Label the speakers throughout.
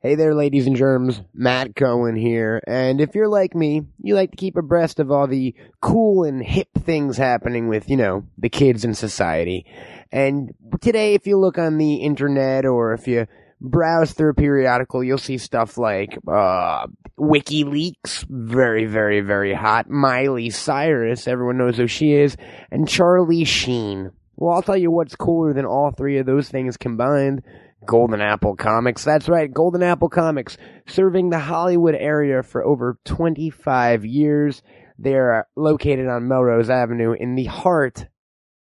Speaker 1: Hey there, ladies and germs. Matt Cohen here. And if you're like me, you like to keep abreast of all the cool and hip things happening with, you know, the kids in society. And today, if you look on the internet or if you browse through a periodical, you'll see stuff like, uh, WikiLeaks, very, very, very hot. Miley Cyrus, everyone knows who she is. And Charlie Sheen. Well, I'll tell you what's cooler than all three of those things combined. Golden Apple Comics. That's right, Golden Apple Comics, serving the Hollywood area for over 25 years. They are located on Melrose Avenue in the heart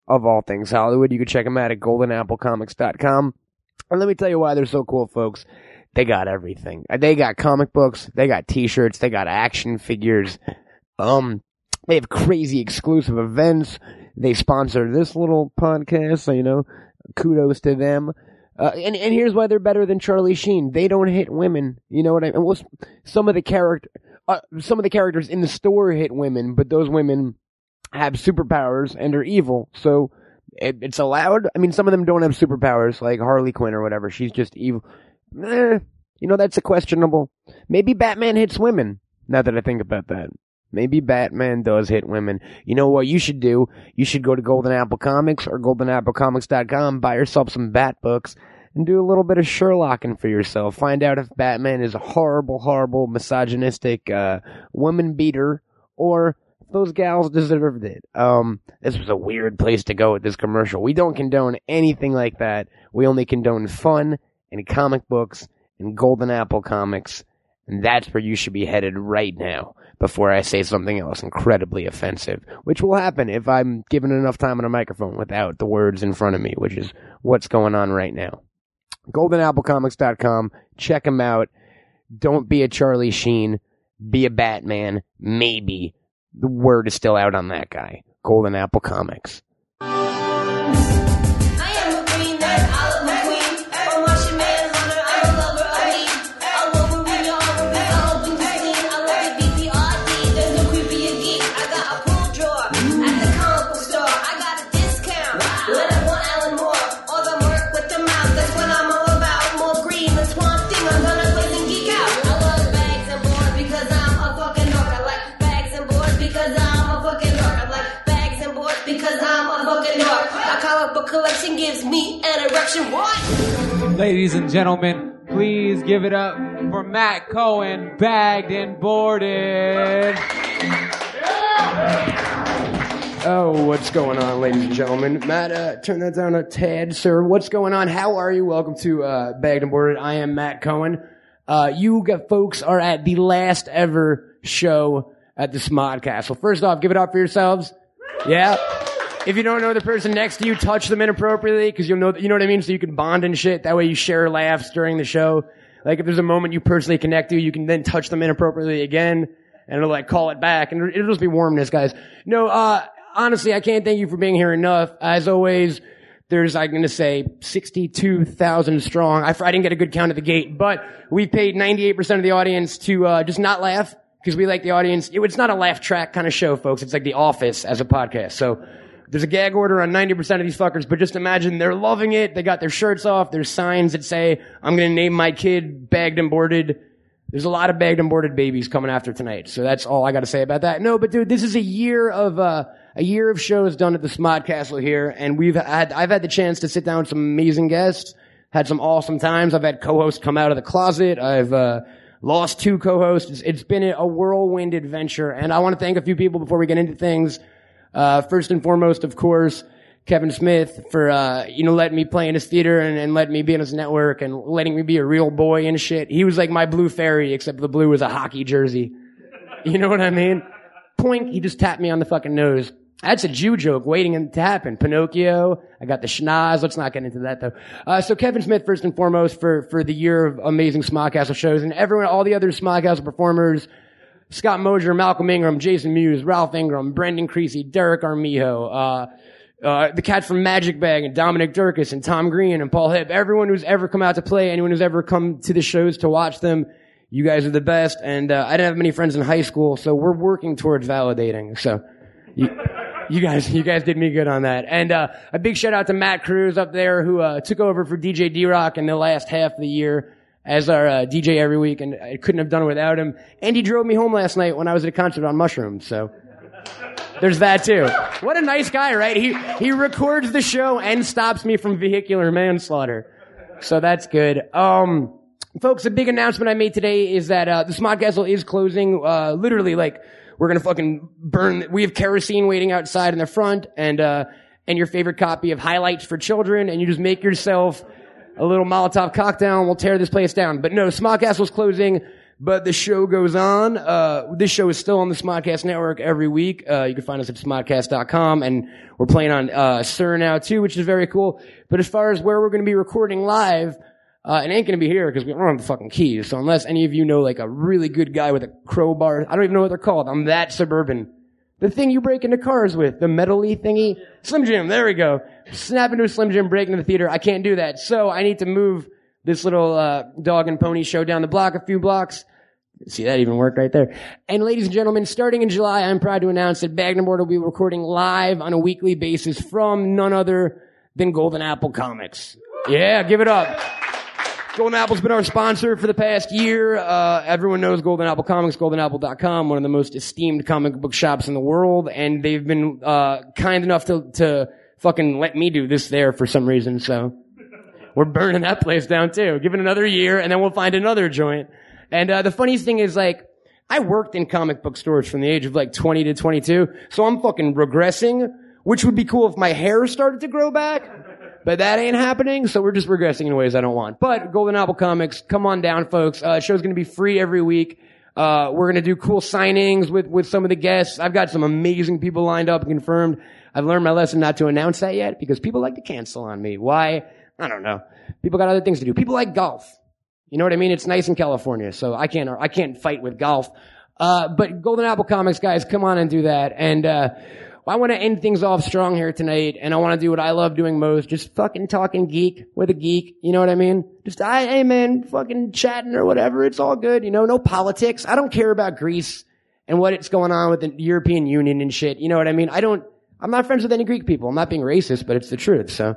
Speaker 1: of all things Hollywood. You can check them out at goldenapplecomics.com. And let me tell you why they're so cool, folks. They got everything. They got comic books, they got t-shirts, they got action figures. Um, they have crazy exclusive events. They sponsor this little podcast, so you know, kudos to them. Uh, and and here's why they're better than Charlie Sheen. They don't hit women. You know what I mean? Well, s- some of the character, uh, some of the characters in the store hit women, but those women have superpowers and are evil. So it, it's allowed. I mean, some of them don't have superpowers, like Harley Quinn or whatever. She's just evil. Eh, you know, that's a questionable. Maybe Batman hits women. Now that I think about that. Maybe Batman does hit women. You know what you should do? You should go to Golden Apple Comics or goldenapplecomics.com, buy yourself some Bat books, and do a little bit of Sherlocking for yourself. Find out if Batman is a horrible, horrible, misogynistic uh, woman beater or if those gals deserved it. Um, this was a weird place to go with this commercial. We don't condone anything like that. We only condone fun and comic books and Golden Apple Comics. And that's where you should be headed right now before I say something else incredibly offensive, which will happen if I'm given enough time on a microphone without the words in front of me, which is what's going on right now. GoldenAppleComics.com. Check them out. Don't be a Charlie Sheen. Be a Batman. Maybe. The word is still out on that guy. Golden Apple Comics.
Speaker 2: I am a green knight, olive queen. Oh, I'm watching manhunter, I'm a lover of me. I love her when you're over me, I open the scene. I love the BPRD, there's no creepy geek. I got a pool drawer at the comic book store. I got a discount when I want Alan Moore. All the work with the mouth, that's what I'm all about. More green than Swamp Thing, I'm gonna blazing geek out. I love bags and boards because I'm a fucking dork. I like bags and boards because I'm a fucking dork. I like bags and boards because I'm a fucking dork. My comic book collection gives me an erection. What?
Speaker 3: Ladies and gentlemen, please give it up for Matt Cohen, bagged and boarded.
Speaker 1: Oh, what's going on, ladies and gentlemen? Matt, uh, turn that down a tad, sir. What's going on? How are you? Welcome to uh, Bagged and Boarded. I am Matt Cohen. Uh, you g- folks are at the last ever show at the Smod Castle. First off, give it up for yourselves. Yeah. If you don't know the person next to you, touch them inappropriately because you'll know you know what I mean. So you can bond and shit. That way, you share laughs during the show. Like if there's a moment you personally connect to, you can then touch them inappropriately again, and it'll like call it back, and it'll just be warmness, guys. No, uh, honestly, I can't thank you for being here enough. As always, there's I'm gonna say 62,000 strong. I, I didn't get a good count at the gate, but we paid 98% of the audience to uh, just not laugh because we like the audience. It- it's not a laugh track kind of show, folks. It's like The Office as a podcast. So there's a gag order on 90% of these fuckers, but just imagine they're loving it. They got their shirts off. There's signs that say, I'm going to name my kid bagged and boarded. There's a lot of bagged and boarded babies coming after tonight. So that's all I got to say about that. No, but dude, this is a year of, uh, a year of shows done at the Smod Castle here. And we've had, I've had the chance to sit down with some amazing guests, had some awesome times. I've had co-hosts come out of the closet. I've, uh, lost two co-hosts. It's- it's been a whirlwind adventure. And I want to thank a few people before we get into things. Uh, first and foremost, of course, Kevin Smith for, uh, you know, letting me play in his theater and, and letting me be in his network and letting me be a real boy and shit. He was like my blue fairy, except the blue was a hockey jersey. You know what I mean? Poink, he just tapped me on the fucking nose. That's a Jew joke waiting to happen. Pinocchio. I got the schnoz. Let's not get into that though. Uh, so Kevin Smith, first and foremost, for, for the year of amazing Smodcastle shows and everyone, all the other Smodcastle performers, Scott Mosier, Malcolm Ingram, Jason Mewes, Ralph Ingram, Brendan Creasy, Derek Armijo, uh, uh, the cat from Magic Bag, and Dominic Durkis, and Tom Green, and Paul Hip. Everyone who's ever come out to play, anyone who's ever come to the shows to watch them, you guys are the best. And uh, I didn't have many friends in high school, so we're working towards validating. So you, you guys, you guys did me good on that. And uh, a big shout out to Matt Cruz up there who uh, took over for DJ D Rock in the last half of the year as our uh, DJ every week, and I couldn't have done it without him. And he drove me home last night when I was at a concert on mushrooms. So there's that too. What a nice guy, right? He he records the show and stops me from vehicular manslaughter. So that's good. Um, folks, a big announcement I made today is that uh, the Smodcastle is closing. Uh, literally, like we're gonna fucking burn. We have kerosene waiting outside in the front, and uh, and your favorite copy of Highlights for Children, and you just make yourself a little Molotov cocktail, and we'll tear this place down. But no, Smodcastle's closing. But the show goes on. Uh, this show is still on the Smodcast Network every week. Uh, you can find us at smodcast.com, and we're playing on uh, Sir now too, which is very cool. But as far as where we're going to be recording live, uh, it ain't gonna be here because we don't have the fucking keys. So unless any of you know like a really good guy with a crowbar, I don't even know what they're called. I'm that suburban. The thing you break into cars with, the metally thingy, Slim Jim. There we go. Snap into a Slim Jim, break into the theater. I can't do that, so I need to move this little uh, dog and pony show down the block a few blocks. See, that even worked right there. And ladies and gentlemen, starting in July, I'm proud to announce that Bagnaboard will be recording live on a weekly basis from none other than Golden Apple Comics. Yeah, give it up. Golden Apple's been our sponsor for the past year. Uh, everyone knows Golden Apple Comics, goldenapple.com, one of the most esteemed comic book shops in the world, and they've been uh, kind enough to, to fucking let me do this there for some reason, so we're burning that place down too. Give it another year, and then we'll find another joint. And uh, the funniest thing is, like, I worked in comic book stores from the age of like 20 to 22, so I'm fucking regressing, which would be cool if my hair started to grow back, but that ain't happening, so we're just regressing in ways I don't want. But Golden Apple Comics, come on down, folks. Uh, show's gonna be free every week. Uh, we're gonna do cool signings with with some of the guests. I've got some amazing people lined up and confirmed. I've learned my lesson not to announce that yet because people like to cancel on me. Why? I don't know. People got other things to do. People like golf. You know what I mean? It's nice in California, so I can't I can't fight with golf. Uh, but Golden Apple Comics guys, come on and do that. And uh, I want to end things off strong here tonight, and I want to do what I love doing most: just fucking talking geek with a geek. You know what I mean? Just I, hey man, fucking chatting or whatever. It's all good. You know, no politics. I don't care about Greece and what it's going on with the European Union and shit. You know what I mean? I don't. I'm not friends with any Greek people. I'm not being racist, but it's the truth. So.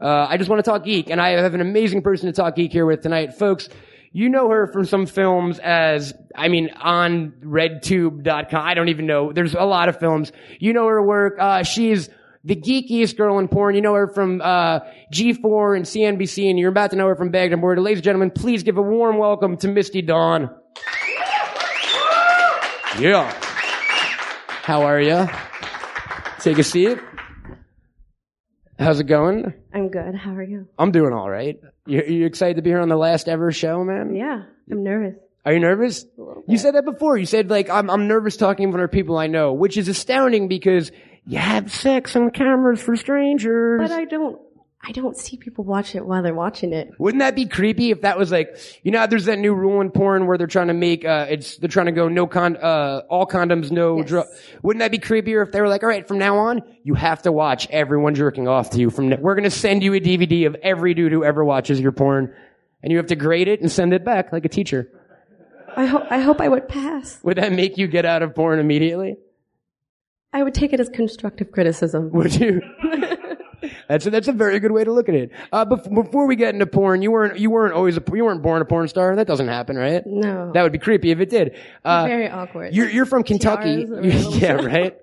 Speaker 1: Uh, I just want to talk geek, and I have an amazing person to talk geek here with tonight, folks. You know her from some films as, I mean, on RedTube.com. I don't even know. There's a lot of films. You know her work. Uh, she's the geekiest girl in porn. You know her from uh, G4 and CNBC, and you're about to know her from Bagged and Boarded. Ladies and gentlemen, please give a warm welcome to Misty Dawn. Yeah. How are you? Take a seat. How's it going?
Speaker 4: I'm good. How are you?
Speaker 1: I'm doing all right. You, you excited to be here on the last ever show, man?
Speaker 4: Yeah, I'm nervous.
Speaker 1: Are you nervous? You said that before. You said like I'm I'm nervous talking in front of people I know, which is astounding because you have sex on cameras for strangers.
Speaker 4: But I don't. I don't see people watch it while they're watching it.
Speaker 1: Wouldn't that be creepy if that was like you know how there's that new rule in porn where they're trying to make uh it's they're trying to go no con uh all condoms no
Speaker 4: Yes.
Speaker 1: drugs. Wouldn't that be creepier if they were like all right from now on you have to watch everyone jerking off to you from now- we're gonna send you a DVD of every dude who ever watches your porn and you have to grade it and send it back like a teacher.
Speaker 4: I hope. I hope I would pass.
Speaker 1: Would that make you get out of porn immediately?
Speaker 4: I would take it as constructive criticism.
Speaker 1: Would you? that's a, that's a very good way to look at it. Uh, bef- before we get into porn, you weren't you weren't always a, you weren't born a porn star. That doesn't happen, right?
Speaker 4: No.
Speaker 1: That would be creepy if it did. Uh,
Speaker 4: Very awkward.
Speaker 1: You're you're from Kentucky,
Speaker 4: Tiaras or whatever.
Speaker 1: yeah, right?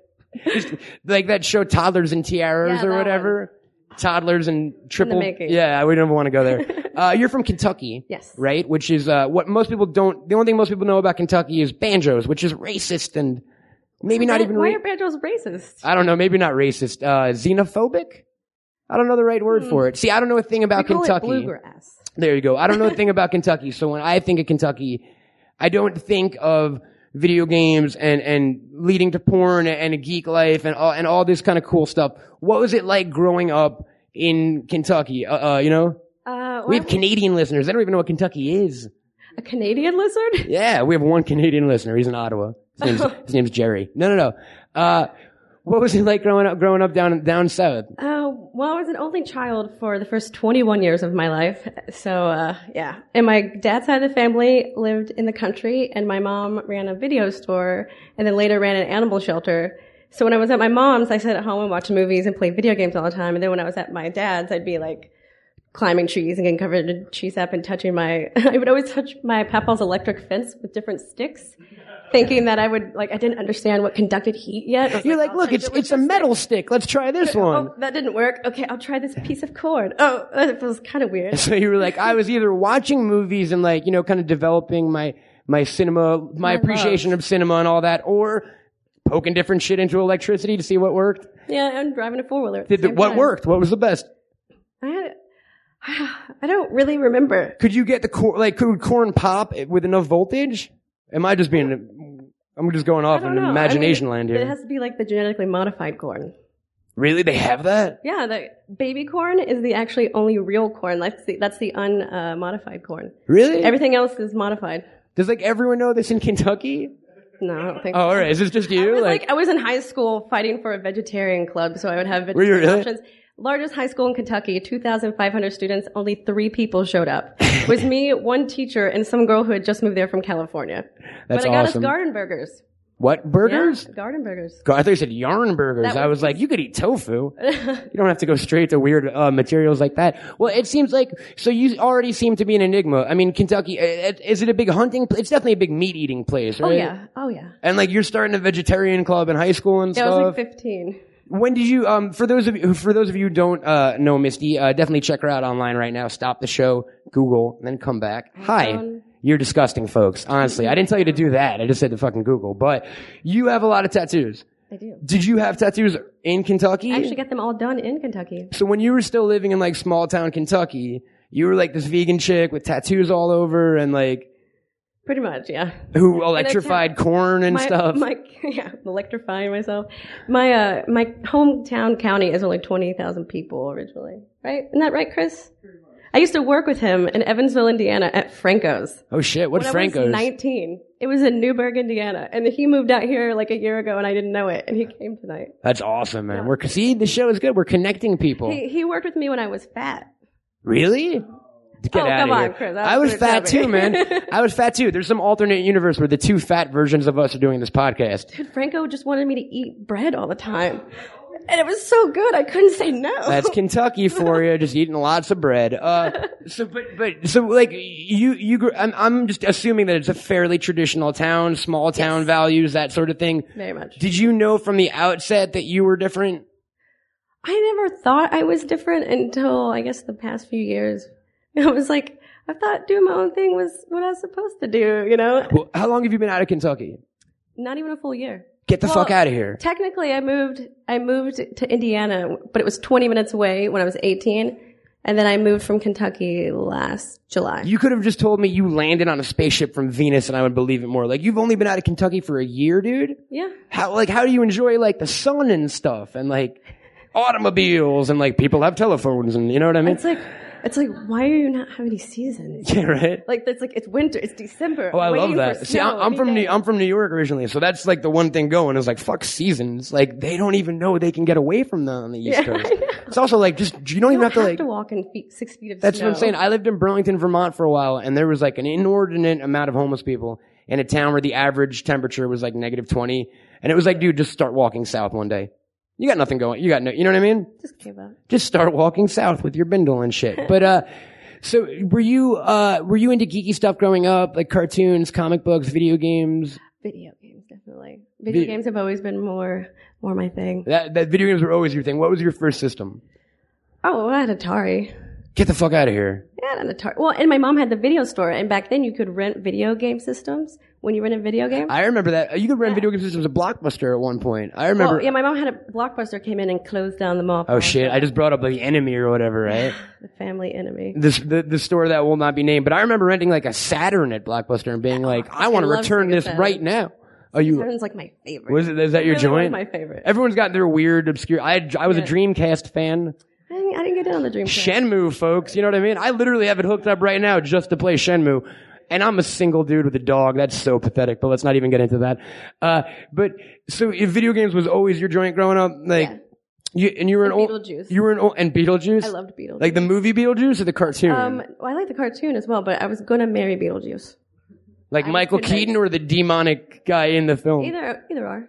Speaker 1: Just like that show, Toddlers and Tiaras
Speaker 4: Yeah,
Speaker 1: or
Speaker 4: that
Speaker 1: whatever. Toddlers and triple.
Speaker 4: making.
Speaker 1: yeah, we don't want to go there. uh, you're from Kentucky,
Speaker 4: Yes.
Speaker 1: right? Which is uh, what most people don't. The only thing most people know about Kentucky is banjos, which is racist and maybe not
Speaker 4: Why-
Speaker 1: even.
Speaker 4: Why
Speaker 1: ra-
Speaker 4: are banjos racist?
Speaker 1: I don't know, maybe not racist, uh, xenophobic? I don't know the right word for it. See, I don't know a thing
Speaker 4: I
Speaker 1: about
Speaker 4: Hmm. call
Speaker 1: Uh, Kentucky.
Speaker 4: it bluegrass.
Speaker 1: There you go. I don't know a thing about Kentucky. So when I think of Kentucky, I don't think of video games and, and leading to porn and a geek life and all, and all this kind of cool stuff. What was it like growing up in Kentucky? Uh, uh you know,
Speaker 4: Uh,
Speaker 1: we
Speaker 4: why
Speaker 1: have Canadian listeners. They don't even know what Kentucky is.
Speaker 4: a Canadian lizard.
Speaker 1: Yeah, we have one Canadian listener. He's in Ottawa. His name's, his name's Jerry. No, no, no. Uh, what was it like growing up, growing up down, down south?
Speaker 4: Uh, well, I was an only child for the first 21 years of my life. So, uh, yeah. And my dad's side of the family lived in the country, and my mom ran a video store and then later ran an animal shelter. So when I was at my mom's, I sat at home and watched movies and played video games all the time. And then when I was at my dad's, I'd be like climbing trees and getting covered in tree sap and touching my, I would always touch my papa's electric fence with different sticks, thinking that I would, like, I didn't understand what conducted heat yet. I was
Speaker 1: You're like,
Speaker 4: I'll
Speaker 1: look,
Speaker 4: touch
Speaker 1: it's
Speaker 4: it with
Speaker 1: it's a metal stick. Let's try this one.
Speaker 4: Oh, that didn't work. Okay, I'll try this piece of cord. Oh, that was kind of weird.
Speaker 1: So you were like, I was either watching movies and like, you know, kind of developing my my cinema, my appreciation of cinema and all that, or poking different shit into electricity to see what worked.
Speaker 4: Yeah, I'm driving a four wheeler.
Speaker 1: Did the, what worked? What was the best?
Speaker 4: I had, I don't really remember.
Speaker 1: Could you get the cor- like could corn pop it with enough voltage? Am I just being? I'm just going off
Speaker 4: I
Speaker 1: in
Speaker 4: don't know. I mean,
Speaker 1: imagination land here.
Speaker 4: It has to be like the genetically modified corn.
Speaker 1: really, they have that?
Speaker 4: Yeah, the baby corn is the actually only real corn. That's the that's the unmodified uh, modified corn.
Speaker 1: Really?
Speaker 4: Everything else is modified.
Speaker 1: Does like everyone know this in Kentucky?
Speaker 4: No, I don't think.
Speaker 1: Oh,
Speaker 4: so.
Speaker 1: all right. Is this just you?
Speaker 4: I was like, I was in high school fighting for a vegetarian club, so I would have
Speaker 1: you
Speaker 4: vegetarian
Speaker 1: really?
Speaker 4: options. Largest high school in Kentucky, 2,500 students, only three people showed up. It was me, one teacher, and some girl who had just moved there from California.
Speaker 1: That's
Speaker 4: but I got
Speaker 1: awesome.
Speaker 4: us garden burgers.
Speaker 1: what
Speaker 4: Yeah,
Speaker 1: burgers?
Speaker 4: garden burgers.
Speaker 1: God, I thought you said yarn burgers.
Speaker 4: That
Speaker 1: I
Speaker 4: would-
Speaker 1: was like, you could eat tofu. you don't have to go straight to weird uh, materials like that. Well, it seems like so you already seem to be an enigma. I mean, Kentucky uh, it- is it a big hunting? Pl- it's definitely a big meat eating place,
Speaker 4: Oh
Speaker 1: right?
Speaker 4: yeah, oh yeah.
Speaker 1: And like you're starting a vegetarian club in high school and
Speaker 4: Yeah, I
Speaker 1: stuff.
Speaker 4: was like 15.
Speaker 1: When did you? Um, for those of you, for those of you who don't uh, know Misty, uh, definitely check her out online right now. Stop the show, Google, and then come back. Hi,
Speaker 4: Um,
Speaker 1: you're disgusting, folks. Honestly, I didn't tell you to do that. I just said to fucking Google. But you have a lot of tattoos.
Speaker 4: I do.
Speaker 1: Did you have tattoos in Kentucky?
Speaker 4: I actually got them all done in Kentucky.
Speaker 1: so when you were still living in like small town Kentucky, you were like this vegan chick with tattoos all over and like
Speaker 4: Pretty much, yeah.
Speaker 1: who electrified corn and
Speaker 4: my,
Speaker 1: stuff.
Speaker 4: My, yeah, electrifying myself. My uh, my hometown county is only twenty thousand people originally, right? Isn't that right, Chris? I used to work with him in Evansville, Indiana, at Franco's.
Speaker 1: oh shit! What's
Speaker 4: When I
Speaker 1: Franco's?
Speaker 4: was nineteen, it was in Newburgh, Indiana, and he moved out here like a year ago, and I didn't know it. And he came tonight.
Speaker 1: That's awesome, man. We're see the show is good. We're connecting people.
Speaker 4: He he worked with me when I was fat.
Speaker 1: Really? Get
Speaker 4: Oh,
Speaker 1: out
Speaker 4: come
Speaker 1: of
Speaker 4: on,
Speaker 1: here.
Speaker 4: Chris, that
Speaker 1: I was
Speaker 4: was pretty
Speaker 1: fat
Speaker 4: chubby.
Speaker 1: too, man. I was fat too. There's some alternate universe where the two fat versions of us are doing this podcast.
Speaker 4: Dude, Franco just wanted me to eat bread all the time, and it was so good I couldn't say no.
Speaker 1: That's Kentucky for you, just eating lots of bread. Uh, so, but, but, so, like, you, you, grew, I'm, I'm just assuming that it's a fairly traditional town, small town values, that sort of thing.
Speaker 4: very much.
Speaker 1: Did you know from the outset that you were different?
Speaker 4: I never thought I was different until I guess the past few years. I was like, I thought doing my own thing was what I was supposed to do, you know?
Speaker 1: Well, how long have you been out of Kentucky?
Speaker 4: Not even a full year.
Speaker 1: Get the
Speaker 4: Well,
Speaker 1: fuck out of here.
Speaker 4: Technically, I moved, I moved to Indiana, but it was 20 minutes away when I was 18. And then I moved from Kentucky last July.
Speaker 1: You could have just told me you landed on a spaceship from Venus and I would believe it more. Like, you've only been out of Kentucky for a year, dude?
Speaker 4: yeah.
Speaker 1: how like how do you enjoy like the sun and stuff and like automobiles and like people have telephones and you know what I mean?
Speaker 4: It's like, it's like, why do you not have any seasons?
Speaker 1: yeah, right.
Speaker 4: Like, it's like, it's winter, it's December.
Speaker 1: Oh, I love
Speaker 4: waiting for
Speaker 1: that. See,
Speaker 4: snow
Speaker 1: I'm, I'm
Speaker 4: every
Speaker 1: from
Speaker 4: day.
Speaker 1: New, I'm from New York originally, so that's like the one thing going is like fuck seasons. Like they don't even know they can get away from them on the East
Speaker 4: Yeah,
Speaker 1: Coast.
Speaker 4: I know.
Speaker 1: It's also like just you don't
Speaker 4: You
Speaker 1: even
Speaker 4: don't
Speaker 1: have to like.
Speaker 4: walk in feet, six feet of
Speaker 1: That's
Speaker 4: snow.
Speaker 1: what I'm saying. I lived in Burlington, Vermont for a while, and there was like an inordinate amount of homeless people in a town where the average temperature was like negative 20. And it was like, dude, just start walking south one day. You got nothing going. You got no, you know what I mean?
Speaker 4: Just give up.
Speaker 1: just start walking south with your bindle and shit. But uh so were you uh were you into geeky stuff growing up, like cartoons, comic books, video games?
Speaker 4: Video games, definitely. Video
Speaker 1: Vi-
Speaker 4: games have always been more more my thing.
Speaker 1: That that video games were always your thing. What was your first system?
Speaker 4: Oh, I had Atari.
Speaker 1: Get the fuck out of here.
Speaker 4: Yeah, I had an Atari. Well, and my mom had the video store, and back then you could rent video game systems when you rented video games.
Speaker 1: I remember that. You could rent video game systems at Blockbuster at one point. I remember.
Speaker 4: Well, yeah, my mom had a Blockbuster came in and closed down the mall.
Speaker 1: Oh shit! I just brought up the enemy or whatever, right?
Speaker 4: The family enemy.
Speaker 1: this the, the store that will not be named. But I remember renting like a Saturn at Blockbuster and being like, I want to
Speaker 4: love
Speaker 1: return
Speaker 4: Sega
Speaker 1: this
Speaker 4: Saturn.
Speaker 1: right now. Are you?
Speaker 4: That was like my favorite.
Speaker 1: Was it? Is that your
Speaker 4: Really one
Speaker 1: joint?
Speaker 4: of my favorite.
Speaker 1: Everyone's got their weird, obscure. I I was a Dreamcast fan.
Speaker 4: I didn't, I didn't get it on the Dreamcast.
Speaker 1: Shenmue, folks. You know what I mean? I literally have it hooked up right now just to play Shenmue. And I'm a single dude with a dog. That's so pathetic, but let's not even get into that. Uh, but so if video games was always your joint growing up, like you and you were an
Speaker 4: And
Speaker 1: old
Speaker 4: Beetlejuice.
Speaker 1: You were an old and Beetlejuice.
Speaker 4: I loved Beetlejuice.
Speaker 1: like the movie Beetlejuice or the cartoon,
Speaker 4: um, well, I like the cartoon as well, but I was gonna marry Beetlejuice.
Speaker 1: like Michael
Speaker 4: couldn't-
Speaker 1: Keaton or the demonic guy in the film.
Speaker 4: Either either are.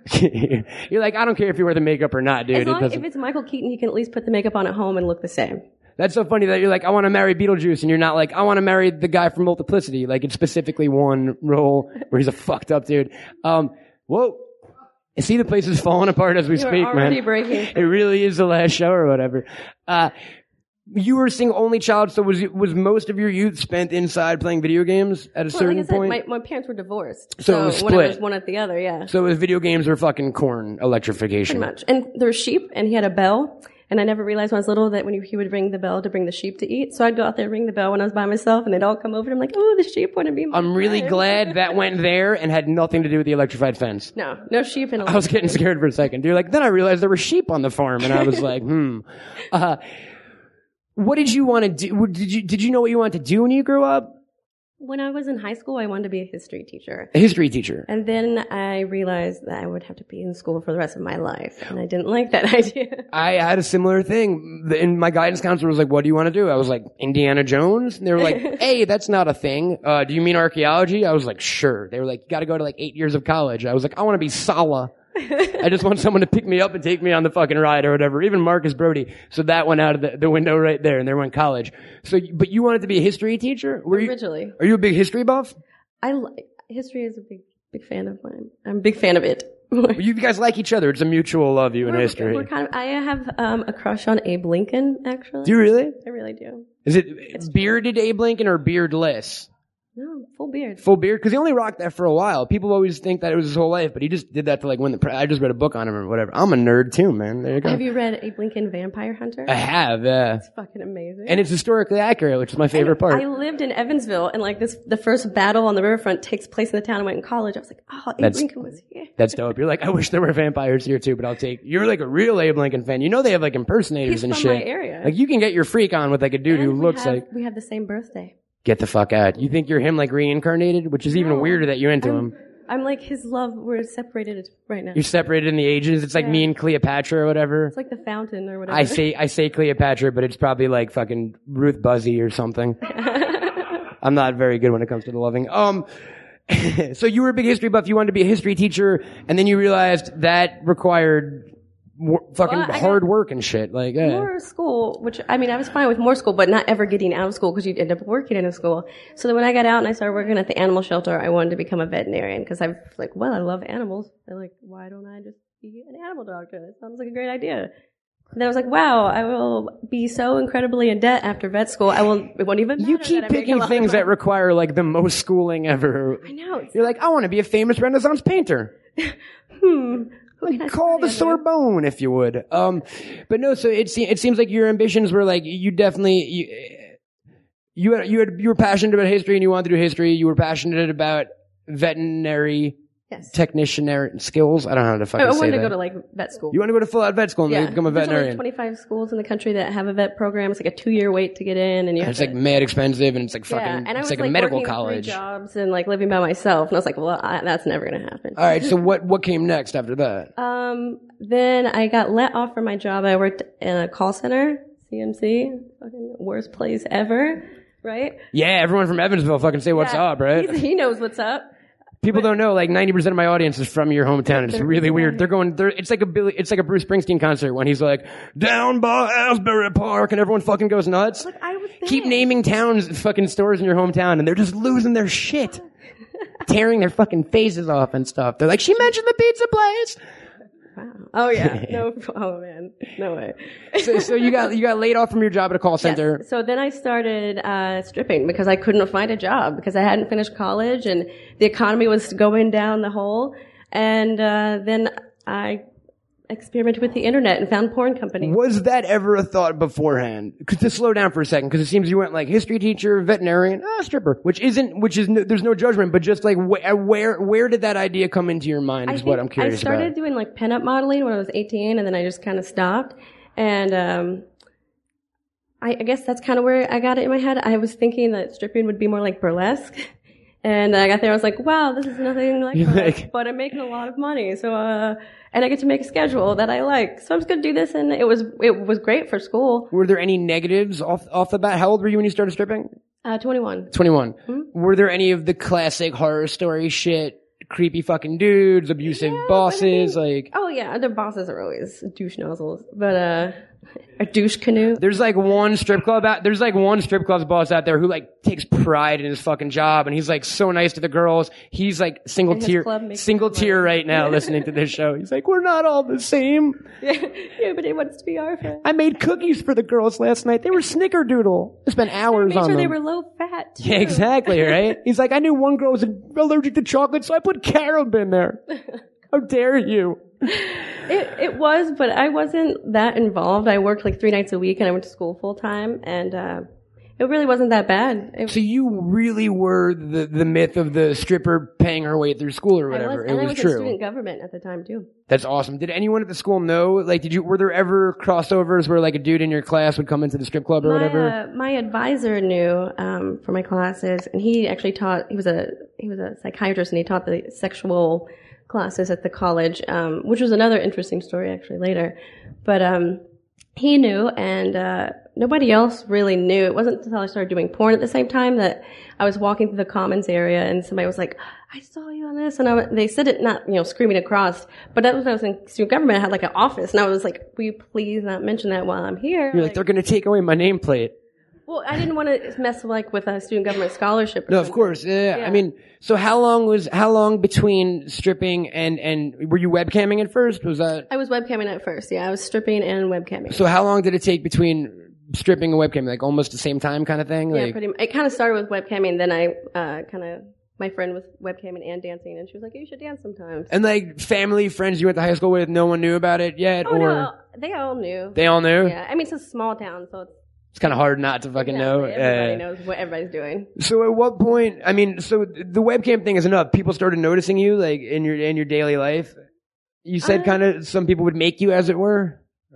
Speaker 1: You're like, I don't care if you wear the makeup or not, dude.
Speaker 4: As
Speaker 1: it
Speaker 4: long
Speaker 1: doesn't.
Speaker 4: if it's Michael Keaton, he can at least put the makeup on at home and look the same.
Speaker 1: That's so funny that you're like, I want to marry Beetlejuice, and you're not like, I want to marry the guy from Multiplicity. Like, it's specifically one role where he's a fucked up dude. Um, whoa. See, the place is falling apart as we
Speaker 4: You are
Speaker 1: speak,
Speaker 4: already
Speaker 1: man.
Speaker 4: breaking.
Speaker 1: It really is the last show or whatever. Uh, you were a single only child, so was was most of your youth spent inside playing video games at a
Speaker 4: Well,
Speaker 1: certain
Speaker 4: like I said,
Speaker 1: point?
Speaker 4: my, my parents were divorced,
Speaker 1: So it was
Speaker 4: so, one of
Speaker 1: split.
Speaker 4: us, one at the other. Yeah,
Speaker 1: so it was video games or fucking corn electrification.
Speaker 4: pretty much. And there were sheep, and he had a bell. And I never realized when I was little that when he would ring the bell to bring the sheep to eat. So I'd go out there and ring the bell when I was by myself, and they'd all come over. And I'm like, oh, the sheep want to be. My
Speaker 1: I'm really
Speaker 4: friend."
Speaker 1: glad that went there and had nothing to do with the electrified fence.
Speaker 4: No, no sheep in a.
Speaker 1: I was getting scared for a second. You're like, then I realized there were sheep on the farm, and I was like, hmm. Uh, what did you want to do? what- Did you did you know what you wanted to do when you grew up?
Speaker 4: when I was in high school, I wanted to be a history teacher.
Speaker 1: A history teacher.
Speaker 4: And then I realized that I would have to be in school for the rest of my life. And I didn't like that idea.
Speaker 1: I had a similar thing. The- And my guidance counselor was like, what do you want to do? I was like, Indiana Jones. And they were like, hey, that's not a thing. Uh, do you mean archaeology? I was like, sure. They were like, you got to go to like eight years of college. I was like, I want to be Sala. I just want someone to pick me up and take me on the fucking ride or whatever. Even Marcus Brody. So that went out of the, the window right there and there went college. So, but you wanted to be a history teacher? Were you,
Speaker 4: Originally,
Speaker 1: are you a big history buff?
Speaker 4: I like history is a big, big fan of mine. I'm a big fan of it.
Speaker 1: You guys like each other. It's a mutual love, you and
Speaker 4: We're-
Speaker 1: history.
Speaker 4: we're kind of- I have um, a crush on Abe Lincoln, actually.
Speaker 1: do you really?
Speaker 4: I really do.
Speaker 1: Is it bearded Abe Lincoln or beardless?
Speaker 4: No, full beard.
Speaker 1: full beard because he only rocked that for a while. People always think that it was his whole life, but he just did that to like win the. Pre- I just read a book on him or whatever. I'm a nerd too, man. There you go.
Speaker 4: Have you read Abe Lincoln Vampire Hunter?
Speaker 1: I have, yeah.
Speaker 4: it's fucking amazing.
Speaker 1: And it's historically accurate, which is my favorite part.
Speaker 4: I lived in Evansville, and like this, the first battle on the riverfront takes place in the town I went in college. I was like, oh, Abe
Speaker 1: That's-
Speaker 4: Lincoln was here.
Speaker 1: That's dope. You're like, I wish there were vampires here too, but I'll take. You're like a real Abe Lincoln fan. You know they have like impersonators
Speaker 4: He's
Speaker 1: and
Speaker 4: from
Speaker 1: shit.
Speaker 4: my area.
Speaker 1: Like you can get your freak on with like a dude
Speaker 4: And
Speaker 1: who
Speaker 4: we
Speaker 1: looks
Speaker 4: have-
Speaker 1: like
Speaker 4: we have the same birthday.
Speaker 1: get the fuck out. You think you're him like reincarnated, which is even
Speaker 4: No.
Speaker 1: weirder that you're into him.
Speaker 4: I'm like his love. We're separated right now.
Speaker 1: You're separated in the ages. It's like me and Cleopatra or whatever.
Speaker 4: It's like the fountain or whatever.
Speaker 1: I say I say Cleopatra, but it's probably like fucking Ruth Buzzy or something. I'm not very good when it comes to the loving. Um, so you were a big history buff. You wanted to be a history teacher, and then you realized that required wor- fucking
Speaker 4: Well, I got-
Speaker 1: hard work and shit. Like, eh.
Speaker 4: more school, which I mean, I was fine with more school, but not ever getting out of school because you'd end up working in a school. So then when I got out and I started working at the animal shelter, I wanted to become a veterinarian because I was like, well, I love animals. I'm like, why don't I just be an animal doctor? That sounds like a great idea. And then I was like, wow, I will be so incredibly in debt after vet school. I will, it won't even
Speaker 1: you
Speaker 4: matter
Speaker 1: keep
Speaker 4: that I make a
Speaker 1: picking
Speaker 4: lot of
Speaker 1: things that
Speaker 4: money."
Speaker 1: require like the most schooling ever.
Speaker 4: I know. It's,
Speaker 1: You're like, I want to be a famous Renaissance painter.
Speaker 4: hmm. what can I
Speaker 1: Call
Speaker 4: study
Speaker 1: the
Speaker 4: under?
Speaker 1: Sorbonne, if you would. Um, but no, so it, se- it seems like your ambitions were like you definitely you you had, you had you were passionate about history and you wanted to do history. You were passionate about veterinary
Speaker 4: Yes.
Speaker 1: technician skills. I don't know how to
Speaker 4: I
Speaker 1: fucking
Speaker 4: I
Speaker 1: say
Speaker 4: wanted to
Speaker 1: that.
Speaker 4: go to like vet school.
Speaker 1: you want to go to full out vet school and
Speaker 4: yeah.
Speaker 1: become a
Speaker 4: There's
Speaker 1: veterinarian.
Speaker 4: Only 25 schools in the country that have a vet program. It's like a two-year wait to get in, and you have
Speaker 1: it's
Speaker 4: to,
Speaker 1: like mad expensive and it's like fucking
Speaker 4: yeah. And I
Speaker 1: it's
Speaker 4: was
Speaker 1: like, a medical
Speaker 4: working
Speaker 1: college.
Speaker 4: Three jobs and like living by myself, and I was like, well, I, that's never gonna happen.
Speaker 1: All right, so what what came next after that?
Speaker 4: Um, then I got let off from my job. I worked in a call center, CMC, fucking worst place ever, right?
Speaker 1: Yeah, everyone from Evansville fucking say what's
Speaker 4: Yeah.
Speaker 1: up, right?
Speaker 4: He's- he knows what's up.
Speaker 1: People don't know. Like ninety percent of my audience is from your hometown. It's really weird. They're going. They're, it's like a Billy, it's like a Bruce Springsteen concert when he's like down by Asbury Park and everyone fucking goes nuts.
Speaker 4: Like I was there.
Speaker 1: Keep naming towns, fucking stores in your hometown, and they're just losing their shit, tearing their fucking faces off and stuff. They're like, she mentioned the pizza place.
Speaker 4: Oh yeah. No. Oh man. No way.
Speaker 1: So, so you got you got laid off from your job at a call center.
Speaker 4: So then I started uh, stripping because I couldn't find a job because I hadn't finished college and the economy was going down the hole. And uh, then I experimented with the internet and found porn companies.
Speaker 1: Was that ever a thought beforehand? 'Cause to slow down for a second, because it seems you went like history teacher, veterinarian, ah, stripper, which isn't, which is, no, there's no judgment, but just like wh- uh, where, where did that idea come into your mind
Speaker 4: I
Speaker 1: is what
Speaker 4: think
Speaker 1: I'm curious
Speaker 4: I started
Speaker 1: about.
Speaker 4: doing like pinup modeling when I was 18, and then I just kind of stopped. And um, I, I guess that's kind of where I got it in my head. I was thinking that stripping would be more like burlesque. And I got there, I was like, wow, this is nothing like
Speaker 1: You're
Speaker 4: burlesque,
Speaker 1: like-
Speaker 4: but I'm making a lot of money. So, uh, and I get to make a schedule that I like. So I'm just going to do this. And it was, it was great for school.
Speaker 1: Were there any negatives off, off the bat? How old were you when you started stripping?
Speaker 4: Uh, 21.
Speaker 1: 21.
Speaker 4: Hmm?
Speaker 1: Were there any of the classic horror story shit? Creepy fucking dudes, abusive
Speaker 4: Yeah, but I
Speaker 1: bosses, like,
Speaker 4: Oh yeah, the bosses are always douche nozzles, but, uh, a douche canoe.
Speaker 1: There's like one strip club out. There's like one strip club's boss out there who like takes pride in his fucking job, and he's like so nice to the girls. He's like single
Speaker 4: And his
Speaker 1: tier,
Speaker 4: club makes
Speaker 1: single
Speaker 4: him
Speaker 1: tier
Speaker 4: money.
Speaker 1: right now, listening to this show. He's like, we're not all the same.
Speaker 4: yeah, but it wants to be our friend.
Speaker 1: I made cookies for the girls last night. They were snickerdoodle. I spent
Speaker 4: I
Speaker 1: hours
Speaker 4: made
Speaker 1: on them.
Speaker 4: sure they were low fat. Too.
Speaker 1: yeah, exactly, right? He's like, I knew one girl was allergic to chocolate, so I put carob in there. How dare you?
Speaker 4: It, it was, but I wasn't that involved. I worked like three nights a week, and I went to school full time, and uh, it really wasn't that bad. It,
Speaker 1: So you really were the, the myth of the stripper paying her way through school or
Speaker 4: I was,
Speaker 1: whatever.
Speaker 4: and
Speaker 1: it
Speaker 4: I
Speaker 1: was,
Speaker 4: was in
Speaker 1: true.
Speaker 4: student government at the time too.
Speaker 1: That's awesome. Did anyone at the school know? Like, did you were there ever crossovers where like a dude in your class would come into the strip club or whatever?
Speaker 4: My, uh, my advisor knew um, for my classes, and he actually taught. He was a he was a psychiatrist, and he taught the sexual classes at the college, um, which was another interesting story actually later. But um, he knew, and uh, nobody else really knew. It wasn't until I started doing porn at the same time that I was walking through the commons area, and somebody was like, "I saw you on this," and I, wa- they said it not you know screaming across, but that was when I was in student government. I had like an office, and I was like, "Will you please not mention that while I'm here?"
Speaker 1: You're like, they're gonna take away my nameplate.
Speaker 4: Well, I didn't want to mess like with a student government scholarship. Or
Speaker 1: No, of
Speaker 4: something.
Speaker 1: course. Yeah, I mean, so how long was how long between stripping and and were you webcamming at first? Was that
Speaker 4: I was webcamming at first. Yeah, I was stripping and webcamming.
Speaker 1: so? How long did it take between stripping and webcamming? Like almost the same time, kind of thing.
Speaker 4: yeah,
Speaker 1: like,
Speaker 4: pretty. Much. It kind of started with webcamming. Then I uh, kind of my friend was webcamming and dancing, and she was like, "You should dance sometimes."
Speaker 1: and like family, friends you went to high school with, no one knew about it yet,
Speaker 4: oh
Speaker 1: or
Speaker 4: no, they all knew.
Speaker 1: they all knew.
Speaker 4: yeah, I mean it's a small town, so it's,
Speaker 1: It's kind of hard not to fucking
Speaker 4: yeah,
Speaker 1: know. uh,
Speaker 4: everybody
Speaker 1: Yeah.
Speaker 4: knows what everybody's doing.
Speaker 1: So at what point? I mean, so the webcam thing is enough. People started noticing you, like in your in your daily life. You said
Speaker 4: Uh,
Speaker 1: kind of some people would make you, as it were.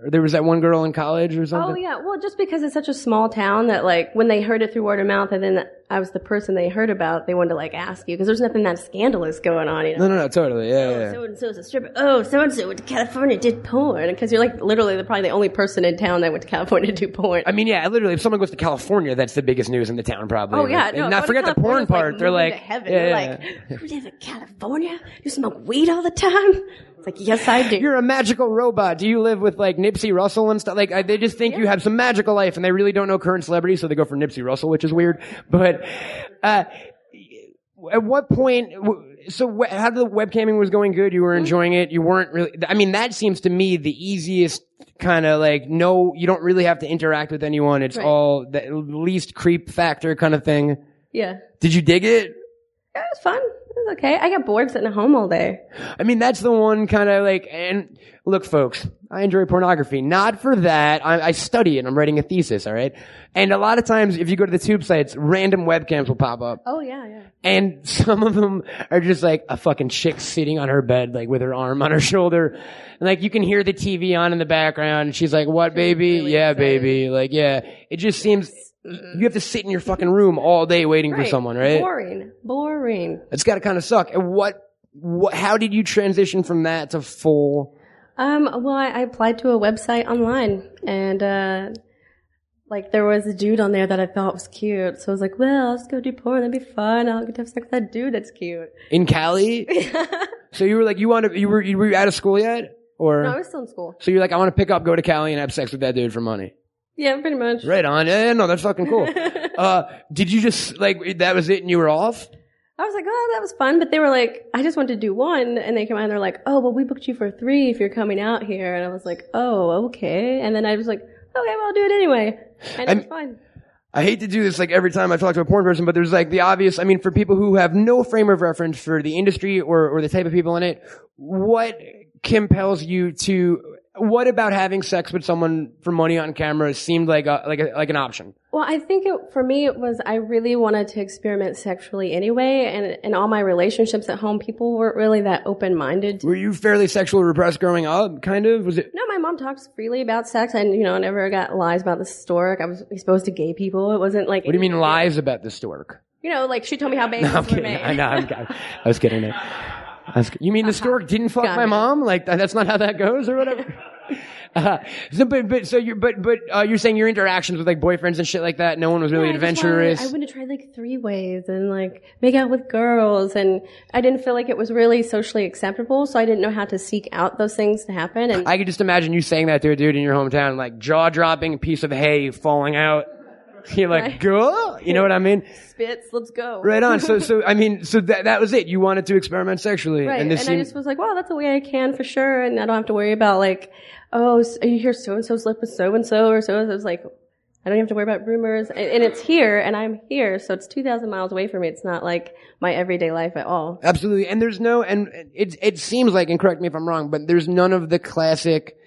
Speaker 1: Or there was that one girl in college or
Speaker 4: Oh
Speaker 1: something.
Speaker 4: yeah, well just because it's such a small town that like when they heard it through word of mouth, and then I was the person they heard about, they wanted to like ask you because there's nothing that scandalous going on. You know?
Speaker 1: No, no, no, totally. Yeah, yeah, yeah.
Speaker 4: Oh, so and so is a stripper. Oh, so and so went to California did porn because you're like literally the, probably the only person in town that went to California to do porn.
Speaker 1: I mean, yeah, literally, if someone goes to California, that's the biggest news in the town, probably.
Speaker 4: oh yeah,
Speaker 1: Like,
Speaker 4: no,
Speaker 1: and not
Speaker 4: going to
Speaker 1: forget the porn
Speaker 4: California's
Speaker 1: part. They're
Speaker 4: moving
Speaker 1: like,
Speaker 4: to heaven.
Speaker 1: yeah,
Speaker 4: You're
Speaker 1: yeah,
Speaker 4: like,
Speaker 1: yeah.
Speaker 4: you live in California? You smoke weed all the time? It's like yes, I do.
Speaker 1: you're a magical robot. Do you live with like Nipsey Russell and stuff? Like I, they just think you have some magical life, and they really don't know current celebrities, so they go for Nipsey Russell, which is weird. But uh, at what point? w- So wh- how the webcamming was going good? You were enjoying it. You weren't really. I mean, that seems to me the easiest kind of like no, you don't really have to interact with anyone. It's
Speaker 4: Right.
Speaker 1: all the least creep factor kind of thing.
Speaker 4: yeah,
Speaker 1: Did you dig it?
Speaker 4: Yeah, it was fun. It was okay. I got bored sitting at home all day.
Speaker 1: I mean, that's the one kind of like, and look, folks, I enjoy pornography. Not for that. I, I study it. I'm writing a thesis, all right? And a lot of times, if you go to the tube sites, random webcams will pop up.
Speaker 4: Oh yeah, yeah.
Speaker 1: And some of them are just like a fucking chick sitting on her bed, like with her arm on her shoulder. And like you can hear the TV on in the background. And she's like, what, baby?
Speaker 4: really
Speaker 1: yeah,
Speaker 4: excited.
Speaker 1: baby. Like, yeah. It just seems you have to sit in your fucking room all day waiting for someone, right?
Speaker 4: Boring, boring.
Speaker 1: It's got to kind of suck. And what, what, how did you transition from that to full?
Speaker 4: Um, well, I, I applied to a website online and, uh, like there was a dude on there that I thought was cute. So I was like, well, I'll just go do porn. That'd be fun. I'll get to have sex with that dude that's cute.
Speaker 1: In Cali? so you were like, you want to, you were, you were you out of school yet? Or?
Speaker 4: No, I was still in school.
Speaker 1: so you're like, I want to pick up, go to Cali and have sex with that dude for money.
Speaker 4: Yeah, pretty much.
Speaker 1: Right on. Yeah, yeah, no, that's fucking cool. uh, did you just, like, that was it and you were off?
Speaker 4: I was like, oh, that was fun. But they were like, I just wanted to do one. And they came out and they're like, oh, well, we booked you for three if you're coming out here. And I was like, oh, okay. And then I was like, okay, well, I'll do it anyway. And it was
Speaker 1: I'm-
Speaker 4: fun.
Speaker 1: I hate to do this like every time I talk to a porn person, but there's like the obvious, I mean, for people who have no frame of reference for the industry or, or the type of people in it, what compels you to, what about having sex with someone for money on camera seemed like a, like a, like an option?
Speaker 4: Well, I think it, for me, it was I really wanted to experiment sexually anyway, and in all my relationships at home, people weren't really that open minded.
Speaker 1: Were you fairly sexually repressed growing up? Kind of? Was it,
Speaker 4: No, my mom talks freely about sex, and you know, I never got lies about the stork. I was exposed to gay people. It wasn't like
Speaker 1: What do you mean lies about the stork?
Speaker 4: You know, like she told me how babies
Speaker 1: I'm
Speaker 4: were
Speaker 1: kidding.
Speaker 4: made.
Speaker 1: I know. I'm, I was kidding. I was, you mean the stork didn't fuck
Speaker 4: Got
Speaker 1: my
Speaker 4: it.
Speaker 1: mom? Like that- that's not how that goes, or whatever. Uh, so, but, but so you're but but uh, you're saying your interactions with like boyfriends and shit like that. No one was really
Speaker 4: Yeah, I just
Speaker 1: adventurous.
Speaker 4: Wanted, I wanted to try like three ways and like make out with girls, and I didn't feel like it was really socially acceptable, so I didn't know how to seek out those things to happen. And
Speaker 1: I could just imagine you saying that to a dude in your hometown, like jaw dropping, a piece of hay falling out. You're like,
Speaker 4: Right.
Speaker 1: girl, you know what I mean?
Speaker 4: spits, let's go.
Speaker 1: Right on. So, so I mean, so that that was it. You wanted to experiment sexually,
Speaker 4: Right,
Speaker 1: and
Speaker 4: and,
Speaker 1: this
Speaker 4: I
Speaker 1: seemed-
Speaker 4: just was like, wow, that's a way I can for sure, and I don't have to worry about like, oh, s- you hear so and so's lip with so and so or so and so's like, I don't have to worry about rumors, and, and it's here, and I'm here, so it's two thousand miles away from me. It's not like my everyday life at all.
Speaker 1: Absolutely. And there's no, and it, it seems like, and correct me if I'm wrong, but there's none of the classic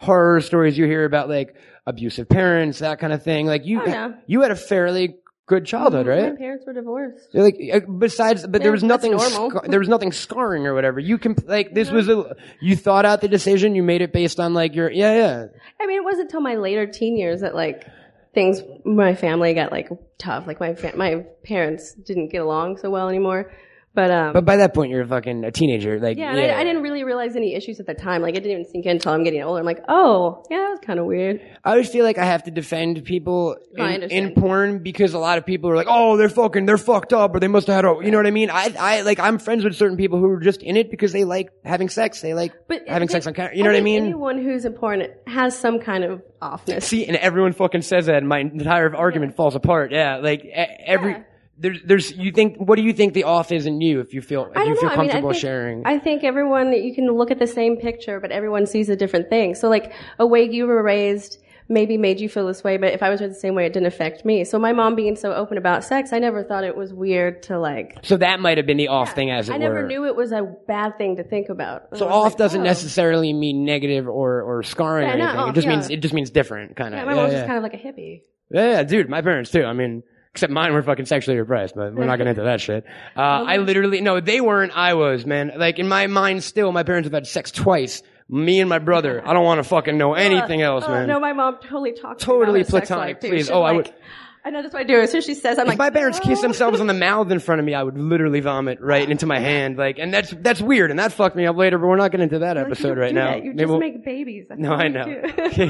Speaker 1: horror stories you hear about like abusive parents, that kind of thing. Like you,
Speaker 4: Oh, no.
Speaker 1: you had a fairly good childhood, right?
Speaker 4: My parents were divorced.
Speaker 1: They're Like uh, besides, but there
Speaker 4: Yeah,
Speaker 1: was
Speaker 4: that's
Speaker 1: nothing.
Speaker 4: normal.
Speaker 1: scar- there was nothing scarring or whatever. You can like this was a. You thought out the decision. You made it based on like your yeah yeah.
Speaker 4: I mean, it wasn't until my later teen years that like things my family got like tough. Like my fa- my parents didn't get along so well anymore. But um,
Speaker 1: But by that point, you're fucking a teenager. Like
Speaker 4: yeah, and I, I didn't really realize any issues at the time. Like it didn't even sink in until I'm getting older. I'm like, oh, yeah, that was kind of weird.
Speaker 1: I always feel like I have to defend people
Speaker 4: No, Oh, I
Speaker 1: in, in
Speaker 4: understand.
Speaker 1: porn because a lot of people are like, "Oh, they're fucking, they're fucked up," or they must have had a, you know what I mean? I, I like, I'm friends with certain people who are just in it because they like having sex, they like
Speaker 4: But
Speaker 1: having
Speaker 4: I
Speaker 1: sex on
Speaker 4: think-
Speaker 1: camera. You know what I
Speaker 4: think
Speaker 1: mean?
Speaker 4: Anyone who's important has some kind of offness.
Speaker 1: See, and everyone fucking says that, and my entire argument falls apart. Yeah, like e- every
Speaker 4: Yeah.
Speaker 1: there's there's you think what do you think the off is in you if you feel if
Speaker 4: I
Speaker 1: you
Speaker 4: don't
Speaker 1: feel
Speaker 4: know. I mean, I
Speaker 1: comfortable
Speaker 4: think-
Speaker 1: sharing?
Speaker 4: I think everyone you can look at the same picture, but everyone sees a different thing. So like a way you were raised maybe made you feel this way, but if I was raised the same way, it didn't affect me. So my mom being so open about sex, I never thought it was weird to like.
Speaker 1: so that might have been the off thing, as it
Speaker 4: I
Speaker 1: were.
Speaker 4: never knew it was a bad thing to think about.
Speaker 1: So
Speaker 4: I was
Speaker 1: off
Speaker 4: like,
Speaker 1: doesn't
Speaker 4: oh.
Speaker 1: necessarily mean negative or or scarring
Speaker 4: Yeah,
Speaker 1: or
Speaker 4: not
Speaker 1: anything. it
Speaker 4: off,
Speaker 1: just
Speaker 4: yeah.
Speaker 1: means it just means different, kind of.
Speaker 4: Yeah, my mom's just kind of like a hippie.
Speaker 1: Yeah, yeah, dude, my parents too. I mean, except mine were fucking sexually repressed, but we're not gonna into that shit. Uh, I literally, no, they weren't, I was, man. Like, in my mind still, my parents have had sex twice. Me and my brother. I don't wanna fucking know anything
Speaker 4: Uh,
Speaker 1: else,
Speaker 4: uh,
Speaker 1: man.
Speaker 4: No, my mom totally talks. to me
Speaker 1: Totally
Speaker 4: about her sex
Speaker 1: platonic,
Speaker 4: life, too.
Speaker 1: please.
Speaker 4: She's
Speaker 1: Oh, I
Speaker 4: like-
Speaker 1: would-
Speaker 4: I know that's what I do. As soon as she says, I'm
Speaker 1: if
Speaker 4: like,
Speaker 1: my parents kissed
Speaker 4: "Oh."
Speaker 1: themselves on the mouth in front of me, I would literally vomit right into my hand. Like, and that's, that's weird, and that fucked me up later, but we're not getting into that
Speaker 4: Like, you
Speaker 1: episode
Speaker 4: don't
Speaker 1: right
Speaker 4: do
Speaker 1: now.
Speaker 4: that. You
Speaker 1: Maybe
Speaker 4: just
Speaker 1: we'll-
Speaker 4: make babies. That's
Speaker 1: No,
Speaker 4: all
Speaker 1: I
Speaker 4: you do.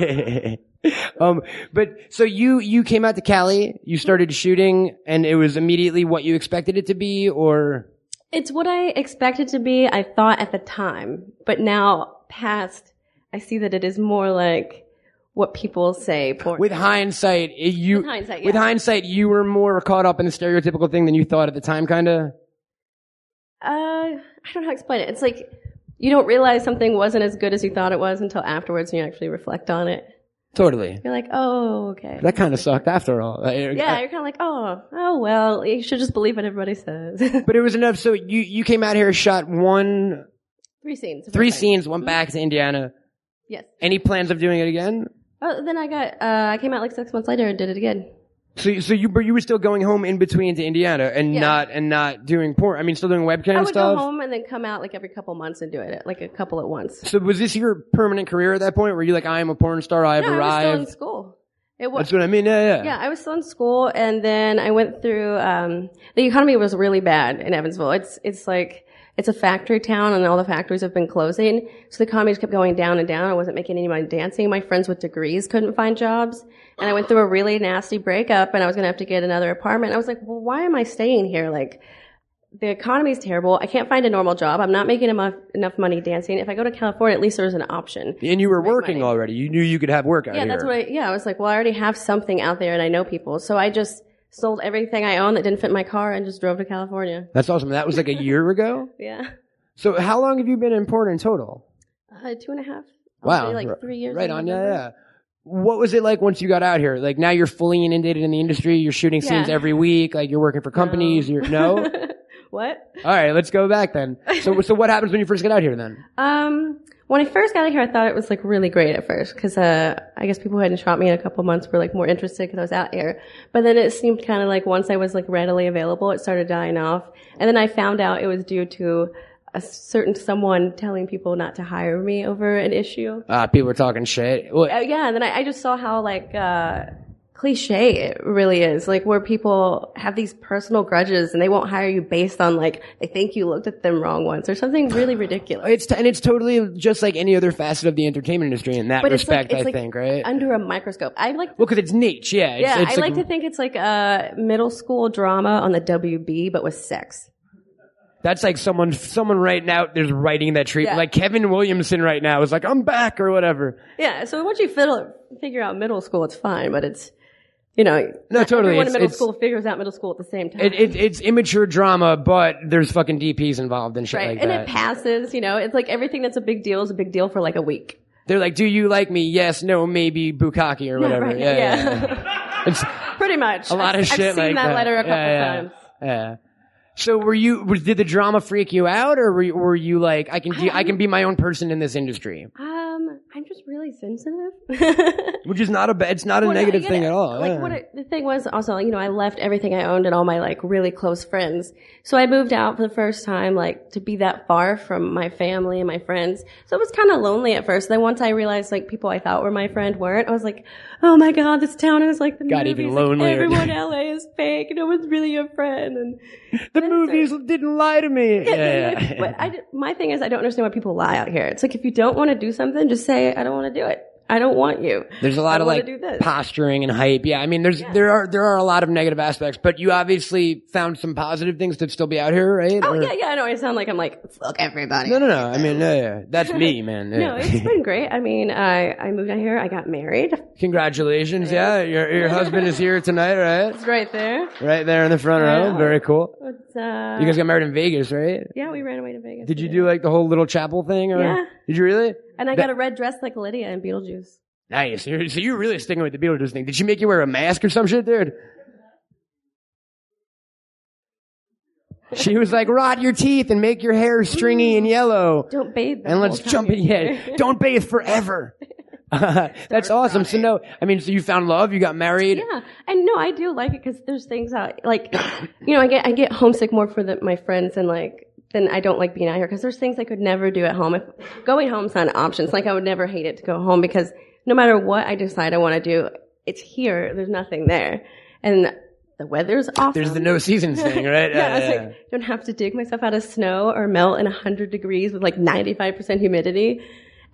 Speaker 1: know. um, but so you you came out to Cali, you started shooting, and it was immediately what you expected it to be, or
Speaker 4: it's what I expected to be. I thought at the time, but now past, I see that it is more like what people say. Uh, Porn.
Speaker 1: with hindsight, it- you
Speaker 4: With hindsight,
Speaker 1: with
Speaker 4: yeah.
Speaker 1: hindsight, you were more caught up in the stereotypical thing than you thought at the time, kind of.
Speaker 4: uh, I don't know how to explain it. It's like you don't realize something wasn't as good as you thought it was until afterwards, and you actually reflect on it.
Speaker 1: Totally,
Speaker 4: You're like, oh, okay.
Speaker 1: that kind of sucked after all.
Speaker 4: yeah, you're kind of like, oh, oh well, you should just believe what everybody says.
Speaker 1: but it was enough. So you you came out here, shot one,
Speaker 4: three scenes.
Speaker 1: three
Speaker 4: Okay.
Speaker 1: scenes, went back to Indiana.
Speaker 4: Yes.
Speaker 1: Any plans of doing it again?
Speaker 4: Oh, then I got. Uh, I came out like six months later and did it again.
Speaker 1: So, so you, but you were still going home in between to Indiana and
Speaker 4: Yeah.
Speaker 1: not and not doing porn. I mean, still doing webcam
Speaker 4: I would
Speaker 1: stuff.
Speaker 4: go home and then come out like every couple months and do it, like a couple at once.
Speaker 1: So was this your permanent career at that point? Were you like, I am a porn star, I have
Speaker 4: No, I was still in
Speaker 1: arrived?
Speaker 4: school. It
Speaker 1: That's
Speaker 4: was.
Speaker 1: what I mean. Yeah, yeah.
Speaker 4: Yeah, I was still in school, and then I went through. Um, the economy was really bad in Evansville. It's it's like it's a factory town, and all the factories have been closing, so the economy just kept going down and down. I wasn't making any money dancing. My friends with degrees couldn't find jobs, and I went through a really nasty breakup, and I was gonna have to get another apartment. I was like, well, why am I staying here? Like. The economy's terrible. I can't find a normal job. I'm not making enough, enough money dancing. If I go to California, at least there's an option.
Speaker 1: And you were working
Speaker 4: money.
Speaker 1: already. You knew you could have work out
Speaker 4: Yeah,
Speaker 1: here.
Speaker 4: that's what I, yeah, I was like, well, I already have something out there and I know people. So I just sold everything I own that didn't fit my car and just drove to California.
Speaker 1: That's awesome. That was like a year ago.
Speaker 4: Yeah.
Speaker 1: So how long have you been in porn in total?
Speaker 4: Uh, two and a half.
Speaker 1: Wow,
Speaker 4: I'll say, Like three years.
Speaker 1: Right
Speaker 4: in
Speaker 1: on. Yeah,
Speaker 4: November.
Speaker 1: yeah. What was it like once you got out here? Like now you're fully inundated in the industry. You're shooting
Speaker 4: Yeah.
Speaker 1: scenes every week. Like you're working for companies. You're no. All
Speaker 4: what?
Speaker 1: right, let's go back then. So, so what happens when you first get out here then?
Speaker 4: Um, when I first got out here, I thought it was like really great at first because uh, I guess people who hadn't shot me in a couple months were like more interested because I was out here. But then it seemed kind of like once I was like readily available, it started dying off. And then I found out it was due to a certain someone telling people not to hire me over an issue.
Speaker 1: Uh, people were talking shit. Well,
Speaker 4: Uh, yeah, and then I, I just saw how like uh, cliche it really is. Like where people have these personal grudges and they won't hire you based on like they think you looked at them wrong once or something really ridiculous.
Speaker 1: It's t- and it's totally just like any other facet of the entertainment industry in that
Speaker 4: But it's like-
Speaker 1: respect.
Speaker 4: it's like
Speaker 1: I think, right? Well, 'cause
Speaker 4: Under a microscope. I like
Speaker 1: well, because it's niche. Yeah. It's,
Speaker 4: yeah,
Speaker 1: it's
Speaker 4: I like to think it's like a middle school drama on the WB, but with sex.
Speaker 1: That's like someone, someone right now. There's writing that treatment.
Speaker 4: Yeah.
Speaker 1: Like Kevin Williamson right now is like, I'm back or whatever.
Speaker 4: Yeah, so once you fiddle, figure out middle school, it's fine, but it's, you know,
Speaker 1: No, totally.
Speaker 4: everyone
Speaker 1: It's-
Speaker 4: in middle
Speaker 1: it's-
Speaker 4: school figures out middle school at the same time.
Speaker 1: It, it, it's immature drama, but there's fucking DPs involved and shit
Speaker 4: right,
Speaker 1: like
Speaker 4: and
Speaker 1: that.
Speaker 4: it passes, you know, it's like everything that's a big deal is a big deal for like a week.
Speaker 1: They're like, "Do you like me? Yes, no, maybe bukkake or whatever."
Speaker 4: right,
Speaker 1: yeah,
Speaker 4: yeah.
Speaker 1: yeah, yeah. it's
Speaker 4: Pretty much.
Speaker 1: a lot of
Speaker 4: I've,
Speaker 1: shit
Speaker 4: I've seen
Speaker 1: like
Speaker 4: that, letter a couple
Speaker 1: Yeah, yeah,
Speaker 4: times.
Speaker 1: Yeah. So were you? Was, did the drama freak you out, or were you, were you like, "I can, do, I can be my own person in this industry,"
Speaker 4: Um, I'm just really sensitive.
Speaker 1: which is not a, ba- it's not a
Speaker 4: Well, no,
Speaker 1: negative
Speaker 4: you
Speaker 1: thing
Speaker 4: gotta-
Speaker 1: at all.
Speaker 4: Like
Speaker 1: yeah.
Speaker 4: what it, the thing was also, you know, I left everything I owned and all my like really close friends. So I moved out for the first time, like to be that far from my family and my friends. So it was kind of lonely at first. Then once I realized like people I thought were my friend weren't, I was like, oh my god, this town is like the
Speaker 1: Got
Speaker 4: movies.
Speaker 1: even
Speaker 4: Like,
Speaker 1: lonelier.
Speaker 4: everyone in LA is fake. No one's really your friend. And
Speaker 1: the movies didn't lie to me. Yeah,
Speaker 4: and
Speaker 1: yeah.
Speaker 4: if- but I d my thing is, I don't understand why people lie out here. It's like if you don't want to do something, just say I don't want to do it. I don't want you.
Speaker 1: There's a lot
Speaker 4: I
Speaker 1: of
Speaker 4: wanna
Speaker 1: like
Speaker 4: do this.
Speaker 1: posturing and hype. Yeah, I mean, there's there are there are a lot of negative aspects, but you obviously found some positive things to still be out here, right?
Speaker 4: Oh
Speaker 1: Or-
Speaker 4: yeah, yeah. I know. I sound like I'm like fuck everybody.
Speaker 1: No, no, no. I mean, yeah, yeah. that's me, man. Yeah.
Speaker 4: No, it's been great. I mean, I I moved out here. I got married.
Speaker 1: Congratulations. Yeah, your your husband is here tonight, right?
Speaker 4: It's right there.
Speaker 1: Right there in the front
Speaker 4: Right
Speaker 1: row.
Speaker 4: on.
Speaker 1: Very cool.
Speaker 4: It's, uh,
Speaker 1: You guys got married in Vegas, right?
Speaker 4: yeah, we ran away to Vegas.
Speaker 1: Did you do like the whole little chapel thing? Or
Speaker 4: Yeah.
Speaker 1: Did you really?
Speaker 4: And I
Speaker 1: that-
Speaker 4: got a red dress like Lydia in Beetlejuice.
Speaker 1: Nice. You're- So you're really sticking with the Beetlejuice thing. Did she make you wear a mask or some shit, dude? She was like, rot your teeth and make your hair stringy and yellow.
Speaker 4: Mm. Don't bathe. the
Speaker 1: and
Speaker 4: whole
Speaker 1: let's
Speaker 4: time
Speaker 1: jump in
Speaker 4: you're
Speaker 1: here.
Speaker 4: here.
Speaker 1: Don't bathe forever. that's awesome. So no, I mean, so you found love, you got married.
Speaker 4: Yeah, and no, I do like it because there's things out like, you know, I get I get homesick more for the, my friends and like then I don't like being out here because there's things I could never do at home. If going home's not an option, it's like I would never hate it to go home because no matter what I decide I want to do, it's here. There's nothing there, and the weather's awesome.
Speaker 1: There's the no seasons thing, right?
Speaker 4: Yeah, I was like, don't have to dig myself out of snow or melt in 100 degrees with like 95% humidity.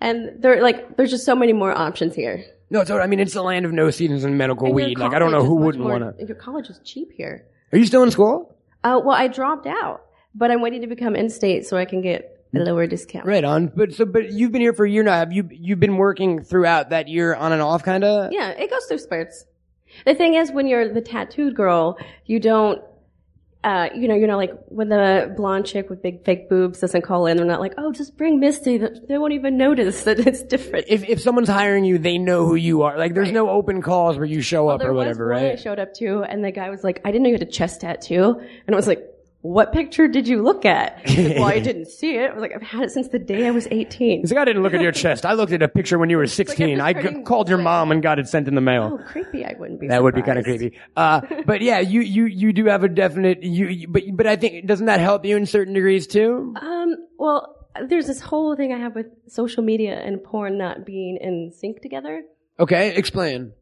Speaker 4: And there, like, there's just so many more options here.
Speaker 1: no, it's, all right. I mean, it's the land of no seasons and medical
Speaker 4: And your
Speaker 1: weed. Like, I don't know
Speaker 4: college
Speaker 1: who
Speaker 4: is much
Speaker 1: wouldn't
Speaker 4: more-
Speaker 1: want to.
Speaker 4: Your college is cheap here.
Speaker 1: Are you still in school?
Speaker 4: Uh, well, I dropped out, but I'm waiting to become in-state so I can get a lower discount.
Speaker 1: Right on. But so, but you've been here for a year now. Have you you've been working throughout that year on and off, kind of?
Speaker 4: Yeah, it goes through spurts. The thing is, when you're the tattooed girl, you don't, uh, you know, you know, like when the blonde chick with big fake boobs doesn't call in, they're not like, oh, just bring Misty. They won't even notice that it's different.
Speaker 1: If if someone's hiring you, they know who you are. Like, there's no open calls where you show up
Speaker 4: There
Speaker 1: or whatever,
Speaker 4: was one I
Speaker 1: right?
Speaker 4: showed up to, and the guy was like, "I didn't know you had a chest tattoo," and I was like, "What picture did you look at?" He's like, well, I didn't see it. I was like, "I've had it since the day I was 18."
Speaker 1: He's like, I didn't look at your chest. I looked at a picture when you were 16. I
Speaker 4: like I'm
Speaker 1: g-
Speaker 4: starting-
Speaker 1: called your mom and got it sent in the mail.
Speaker 4: Oh, creepy! I wouldn't be.
Speaker 1: That would be kind
Speaker 4: surprised.
Speaker 1: of creepy. Uh, but yeah, you, you, you do have a definite, you, you, but, but I think, doesn't that help you in certain degrees too?
Speaker 4: Um, well, there's this whole thing I have with social media and porn not being in sync together.
Speaker 1: Okay, explain.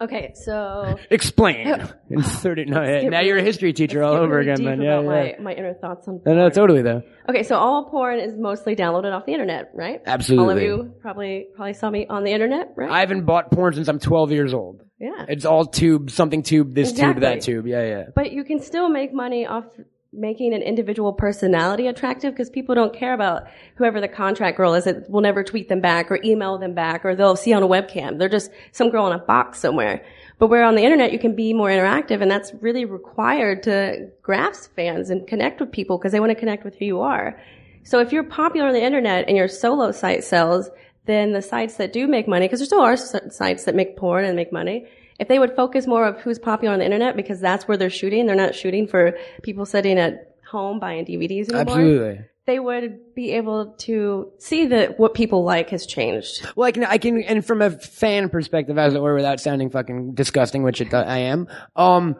Speaker 4: Okay, so
Speaker 1: Explain. Insert it. No, yeah,
Speaker 4: get
Speaker 1: now you're a history teacher all
Speaker 4: get
Speaker 1: over
Speaker 4: really
Speaker 1: again
Speaker 4: deep
Speaker 1: then. Yeah,
Speaker 4: about
Speaker 1: yeah.
Speaker 4: My, my inner thoughts on
Speaker 1: No, no, totally though.
Speaker 4: Okay, so all porn is mostly downloaded off the internet, right? All of
Speaker 1: Absolutely.
Speaker 4: you probably probably saw me on the internet, right?
Speaker 1: I haven't bought porn since I'm 12 years old.
Speaker 4: yeah.
Speaker 1: It's all tube, something tube, this tube, that
Speaker 4: Exactly.
Speaker 1: tube. Yeah, yeah.
Speaker 4: But you can still make money off making an individual personality attractive because people don't care about whoever the contract girl is. It will never tweet them back or email them back or they'll see on a webcam. They're just some girl in a box somewhere. But where on the internet you can be more interactive and that's really required to Graphs fans and connect with people because they want to connect with who you are. So if you're popular on the internet and your solo site sells, then the sites that do make money, because there still are s- sites that make porn and make money, if they would focus more of who's popular on the internet, because that's where they're shooting, they're not shooting for people sitting at home buying DVDs anymore.
Speaker 1: Absolutely.
Speaker 4: They would be able to see that what people like has changed.
Speaker 1: Well, I can, I can, and from a fan perspective, as it were, without sounding fucking disgusting, which it, I am, um,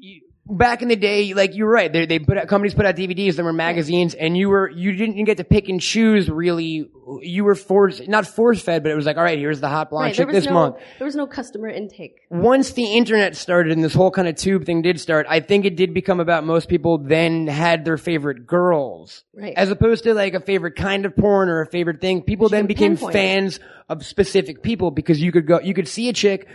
Speaker 1: you- back in the day, like you're right, they they put out, companies put out DVDs, there were magazines, and you were you didn't get to pick and choose really you were forced, not force fed, but it was like, all right, here's the hot blonde
Speaker 4: Right, there
Speaker 1: chick
Speaker 4: was
Speaker 1: this
Speaker 4: no
Speaker 1: month.
Speaker 4: there was no customer intake.
Speaker 1: Once the internet started and this whole kind of tube thing did start, I think it did become about most people then had their favorite girls.
Speaker 4: Right.
Speaker 1: As opposed to like a favorite kind of porn or a favorite thing, people then
Speaker 4: can
Speaker 1: became
Speaker 4: pinpoint it.
Speaker 1: fans of specific people because you could go, you could see a chick,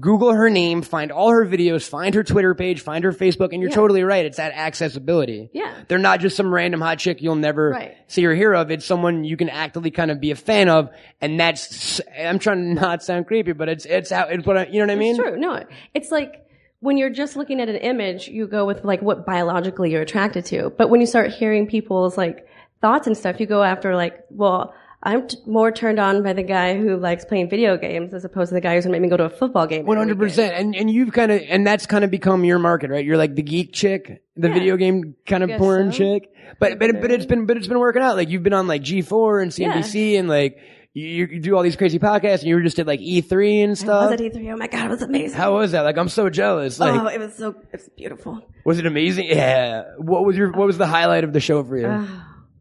Speaker 1: Google her name, find all her videos, find her Twitter page, find her Facebook, and you're
Speaker 4: Yeah.
Speaker 1: totally right. It's that accessibility.
Speaker 4: Yeah.
Speaker 1: They're not just some random hot chick you'll never
Speaker 4: Right.
Speaker 1: see or hear of. It's someone you can actively kind of be a fan of. And that's, I'm trying to not sound creepy, but it's, it's how, it's what I, you know what I mean?
Speaker 4: It's true. No, it's like when you're just looking at an image, you go with like what biologically you're attracted to. But when you start hearing people's like thoughts and stuff, you go after like, well, I'm t- more turned on by the guy who likes playing video games as opposed to the guy who's gonna make me go to a football game. every
Speaker 1: One hundred percent, and and you've kind of and that's kind of become your market, right? You're like the geek chick, the
Speaker 4: Yeah.
Speaker 1: video game kind of
Speaker 4: Guess
Speaker 1: porn
Speaker 4: so.
Speaker 1: chick. But but but it's been but it's been working out. Like you've been on like G4 and
Speaker 4: Yeah.
Speaker 1: CNBC, and like you, you do all these crazy podcasts, and you were just at like E3 and
Speaker 4: weekend. I
Speaker 1: stuff.
Speaker 4: was at E3. Oh my god, it was amazing.
Speaker 1: How was that? Like I'm so jealous. Like
Speaker 4: oh, it was so it was beautiful.
Speaker 1: was it amazing? Yeah. What was your what was the highlight of the show for you?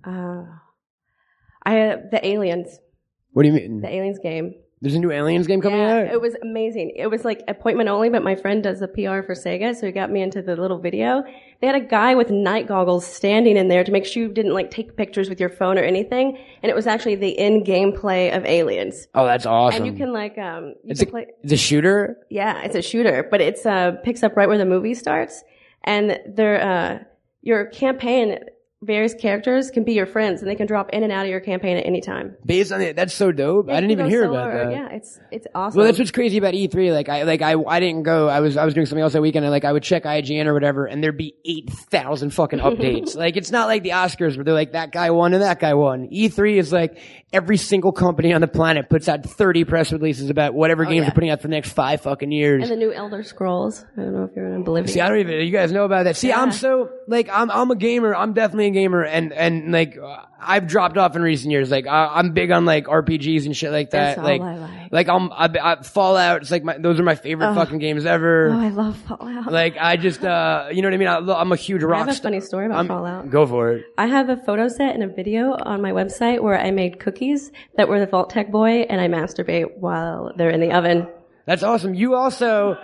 Speaker 4: Uh, I the aliens,
Speaker 1: what do you mean?
Speaker 4: the aliens game.
Speaker 1: There's a new Aliens game coming
Speaker 4: Yeah,
Speaker 1: out.
Speaker 4: it was amazing. It was like appointment only, but my friend does the PR for Sega, so he got me into the little video. They had a guy with night goggles standing in there to make sure you didn't like take pictures with your phone or anything, and it was actually the in-game play of Aliens.
Speaker 1: oh, that's awesome.
Speaker 4: And you can like um, you
Speaker 1: it's
Speaker 4: can
Speaker 1: a,
Speaker 4: play.
Speaker 1: it's a shooter.
Speaker 4: Yeah, it's a shooter, but it's uh picks up right where the movie starts, and their uh your campaign various characters can be your friends, and they can drop in and out of your campaign at any time.
Speaker 1: Based on it, that's so dope. I didn't
Speaker 4: You
Speaker 1: even
Speaker 4: go
Speaker 1: hear
Speaker 4: solo
Speaker 1: about
Speaker 4: or-
Speaker 1: that.
Speaker 4: Yeah, it's it's awesome.
Speaker 1: Well, that's what's crazy about E3. Like, I like I I didn't go. I was I was doing something else that weekend. And, like, I would check IGN or whatever, and there'd be eight thousand fucking updates. like, it's not like the Oscars where they're like that guy won and that guy won. E3 is like every single company on the planet puts out thirty press releases about
Speaker 4: Oh,
Speaker 1: whatever game they're putting out for the next five fucking years.
Speaker 4: And the new Elder Scrolls. I don't know if you're in Bolivia.
Speaker 1: See, I don't even. You guys know about that. See, I'm so like I'm I'm a gamer. I'm definitely a gamer, and and like uh, I've dropped off in recent years. Like I, I'm big on like RPGs and shit like that.
Speaker 4: That's all
Speaker 1: like
Speaker 4: I like.
Speaker 1: I'm I, I, Fallout. It's like my those are my favorite fucking games ever.
Speaker 4: oh, I love Fallout.
Speaker 1: like I just uh you know what I mean. I, lo- I'm a huge rock.
Speaker 4: I have a
Speaker 1: sta-
Speaker 4: funny story about
Speaker 1: I'm-
Speaker 4: Fallout.
Speaker 1: Go for it.
Speaker 4: I have a photo set and a video on my website where I made cookies that were the Vault Tech Boy, and I masturbate while they're in the oven.
Speaker 1: That's awesome. You also,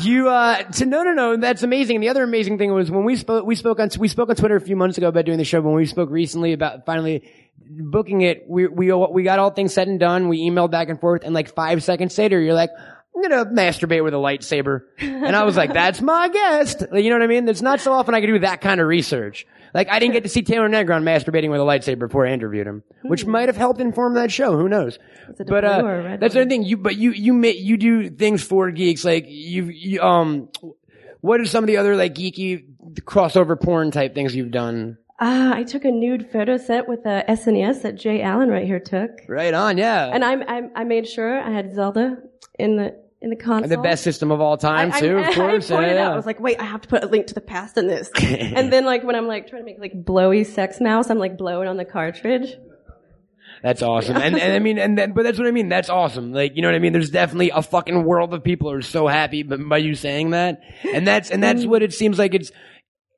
Speaker 1: you uh, to no, no, no. That's amazing. And the other amazing thing was when we spoke, we spoke on, we spoke on Twitter a few months ago about doing the show. When we spoke recently about finally booking it, we we we got all things said and done. We emailed back and forth, and like five seconds later, you're like. I'm gonna masturbate with a lightsaber, and I was like, "That's my guest." Like, you know what I mean? It's not so often I can do that kind of research. Like, I didn't get to see Taylor Negron masturbating with a lightsaber before I interviewed him, which might have helped inform that show. Who knows?
Speaker 4: it a
Speaker 1: But
Speaker 4: blue
Speaker 1: uh,
Speaker 4: or a red
Speaker 1: that's
Speaker 4: one?
Speaker 1: thing you but you you ma- you do things for geeks like you, you um what are some of the other like geeky crossover porn type things you've done
Speaker 4: Ah, I took a nude photo set with a SNES that Jay Allen right here took,
Speaker 1: right on yeah
Speaker 4: and I'm, I'm I made sure I had Zelda in the in the console.
Speaker 1: the best system of all time
Speaker 4: I-
Speaker 1: too
Speaker 4: I,
Speaker 1: of course
Speaker 4: I pointed
Speaker 1: yeah,
Speaker 4: out. I was like, wait, I have to put a link to the past in this. and then, like, when I'm like trying to make like blowy sex mouse, I'm like blowing on the cartridge.
Speaker 1: that's awesome and, and I mean and then but that's what I mean that's awesome like you know what I mean there's definitely a fucking world of people who are so happy b- by you saying that and that's and
Speaker 4: Mm.
Speaker 1: that's what it seems like it's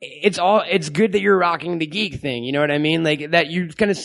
Speaker 1: it's all it's good that you're rocking the geek thing you know what i mean like that you kind of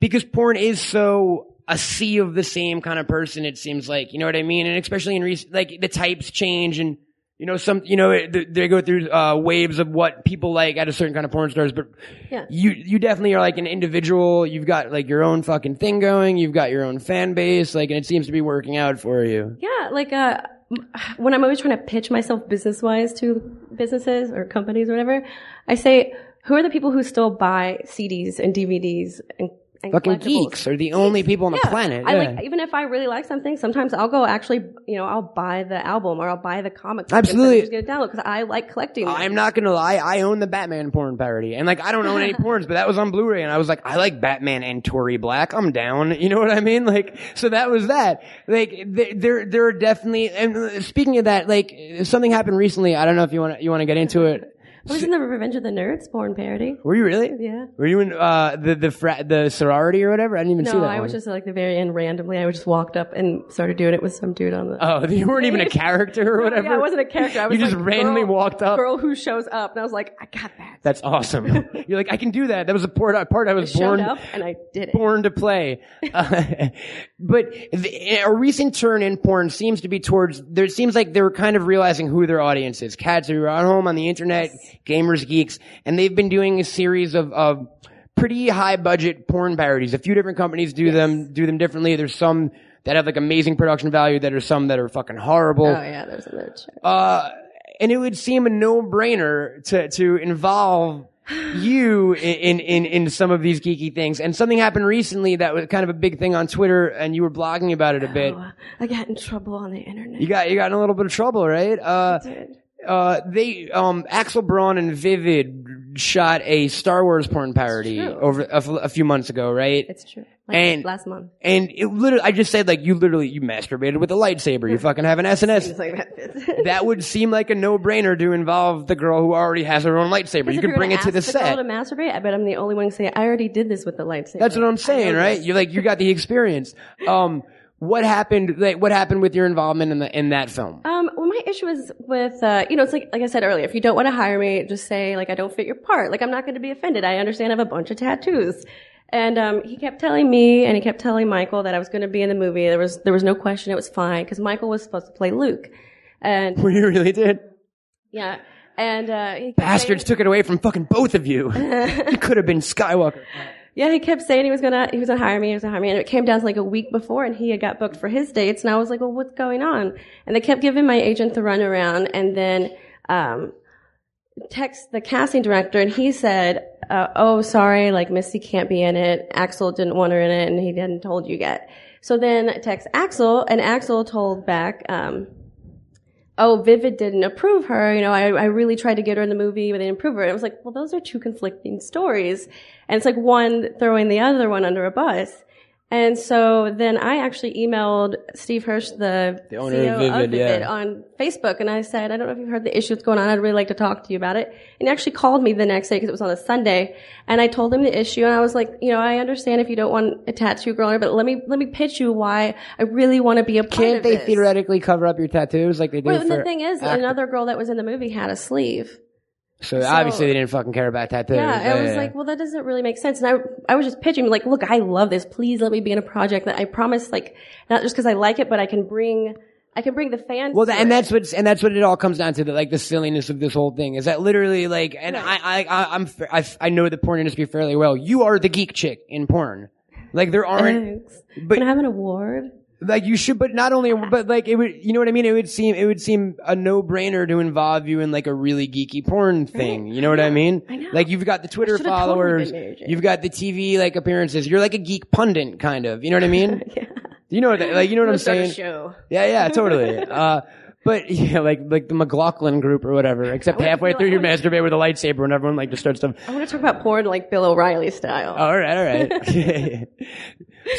Speaker 1: because porn is so a sea of the same kind of person it seems like you know what i mean and especially in recent like the types change and you know some you know it- they- they go through uh, waves of what people like at a certain kind of porn stars but
Speaker 4: Yeah.
Speaker 1: you you definitely are like an individual you've got like your own fucking thing going you've got your own fan base like and it seems to be working out for you
Speaker 4: Yeah, like uh, m- when I'm always trying to pitch myself business wise to businesses or companies or whatever, I say, who are the people who still buy CDs and DVDs and, and
Speaker 1: fucking
Speaker 4: collectibles?
Speaker 1: geeks are the only people on the
Speaker 4: Yeah.
Speaker 1: planet
Speaker 4: I
Speaker 1: yeah.
Speaker 4: like even if I really like something, sometimes I'll go actually, you know, I'll buy the album or I'll buy the comic. book instead of
Speaker 1: Absolutely.
Speaker 4: just get a download because I like collecting. them.
Speaker 1: I'm not gonna lie, I own the Batman porn parody. And like I don't own any porns, but that was on Blu-ray and I was like, I like Batman and Tory Black. I'm down. You know what I mean? Like, so that was that. Like, th- there, there are definitely, and uh, speaking of that, like, something happened recently. I don't know if you wanna, you wanna get into it.
Speaker 4: I was in the Revenge of the Nerds porn parody.
Speaker 1: Were you really?
Speaker 4: Yeah.
Speaker 1: Were you in uh, the the fra- the sorority or whatever? I didn't even see
Speaker 4: No,
Speaker 1: that.
Speaker 4: I was
Speaker 1: one.
Speaker 4: just like the very end randomly. I just walked up and started doing it with some dude on the.
Speaker 1: Oh, you weren't even a character or whatever.
Speaker 4: Yeah, I wasn't a character. I was
Speaker 1: You just
Speaker 4: like,
Speaker 1: randomly
Speaker 4: girl-
Speaker 1: walked up.
Speaker 4: Girl who shows up, and I was like, I got that.
Speaker 1: That's awesome. You're like, I can do that. That was a part, a part I was
Speaker 4: Showed
Speaker 1: born
Speaker 4: up, and I did it.
Speaker 1: born to play. Uh, but the, a recent turn in porn seems to be towards, there it seems like they're kind of realizing who their audience is. Cats who are at home on the internet, gamers, geeks, and they've been doing a series of, of pretty high budget porn parodies. A few different companies do them, do them differently. There's some that have like amazing production value that are some that are fucking horrible.
Speaker 4: Oh yeah, there's another chick.
Speaker 1: Uh, and it would seem a no-brainer to, to involve you in, in, in some of these geeky things. And something happened recently that was kind of a big thing on Twitter, and you were blogging about it a bit.
Speaker 4: Oh, I got in trouble on the internet.
Speaker 1: You got, you got in a little bit of trouble, right? Uh,
Speaker 4: Dude.
Speaker 1: uh, they, um, Axel Braun and Vivid shot a Star Wars porn parody
Speaker 4: true.
Speaker 1: over a, f- a few months ago, right?
Speaker 4: It's true.
Speaker 1: And-
Speaker 4: Like last month.
Speaker 1: and it literally, I just said like, you literally, you masturbated with a lightsaber. You fucking have an SNS.
Speaker 4: It's like that.
Speaker 1: that would seem like a no-brainer to involve the girl who already has her own lightsaber. You
Speaker 4: If
Speaker 1: could
Speaker 4: you're
Speaker 1: bring
Speaker 4: gonna
Speaker 1: it to the
Speaker 4: ask girl
Speaker 1: set.
Speaker 4: to masturbate. I bet I'm the only one to say I already did this with the lightsaber.
Speaker 1: That's what I'm
Speaker 4: I
Speaker 1: saying,
Speaker 4: know
Speaker 1: right?
Speaker 4: this.
Speaker 1: You're like you got the experience. Um, what happened? Like, what happened with your involvement in the in that film?
Speaker 4: Um, well, my issue is with, uh, you know, it's like, like I said earlier, if you don't want to hire me, just say, like, I don't fit your part. Like, I'm not going to be offended. I understand I have a bunch of tattoos. And, um, he kept telling me and he kept telling Michael that I was going to be in the movie. There was, there was no question. It was fine because Michael was supposed to play Luke. And,
Speaker 1: Well, you really did.
Speaker 4: yeah. And, uh, he kept
Speaker 1: Bastards
Speaker 4: saying-
Speaker 1: took it away from fucking both of you. you could have been Skywalker.
Speaker 4: Yeah, he kept saying he was gonna he was gonna hire me, he was gonna hire me, and it came down to like a week before, and he had got booked for his dates, and I was like, well, what's going on? And they kept giving my agent the runaround, and then um, text the casting director, and he said, uh, oh, sorry, like Misty can't be in it. Axel didn't want her in it, and he hadn't told you yet. So then text Axel, and Axel told back. Um, oh, Vivid didn't approve her. You know, I, I really tried to get her in the movie, but they didn't approve her. And I was like, well, those are two conflicting stories. And it's like one throwing the other one under a bus. And so then I actually emailed Steve Hirsch, the, E
Speaker 1: The owner
Speaker 4: CEO
Speaker 1: of Vivid, yeah.
Speaker 4: on Facebook. And I said, I don't know if you've heard the issue that's going on. I'd really like to talk to you about it. And he actually called me the next day because it was on a Sunday. And I told him the issue. And I was like, you know, I understand if you don't want a tattoo girl, but let me, let me pitch you why I really want to be a part
Speaker 1: Can't
Speaker 4: of
Speaker 1: they
Speaker 4: this.
Speaker 1: theoretically cover up your tattoos like they do
Speaker 4: Well, and
Speaker 1: for
Speaker 4: the thing is, uh,
Speaker 1: actors?
Speaker 4: another girl that was in the movie had a sleeve.
Speaker 1: So, obviously they didn't fucking care about tattoos.
Speaker 4: Yeah, I was like, well, that doesn't really make sense. And I, I was just pitching, like, look, I love this. Please let me be in a project that I promise, like, not just because I like it, but I can bring, I can bring the fans.
Speaker 1: Well,
Speaker 4: to
Speaker 1: that, and
Speaker 4: it.
Speaker 1: that's what's and that's what it all comes down to. That like the silliness of this whole thing is that literally like, and I, I, I I'm fa- I, I know the porn industry fairly well. You are the geek chick in porn. Like there aren't,
Speaker 4: Thanks.
Speaker 1: but
Speaker 4: can I have an award?
Speaker 1: like you should, but not only, but like it would, you know what I mean? It would seem it would seem a no brainer to involve you in like a really geeky porn thing. You know what I mean?
Speaker 4: I know.
Speaker 1: Like you've got the Twitter
Speaker 4: should've totally been
Speaker 1: followers,
Speaker 4: Mary Jane.
Speaker 1: you've got the TV like appearances. You're like a geek pundit kind of. You know what I mean?
Speaker 4: Yeah.
Speaker 1: You know what I- like you know what I'm
Speaker 4: Start a
Speaker 1: saying?
Speaker 4: show.
Speaker 1: Yeah, yeah, totally. uh, but yeah, like like the McLaughlin group or whatever. Except halfway through, you masturbate with a lightsaber, and everyone like just starts to. "Oh,
Speaker 4: I want to talk about porn like Bill O'Reilly style.
Speaker 1: All right, all right.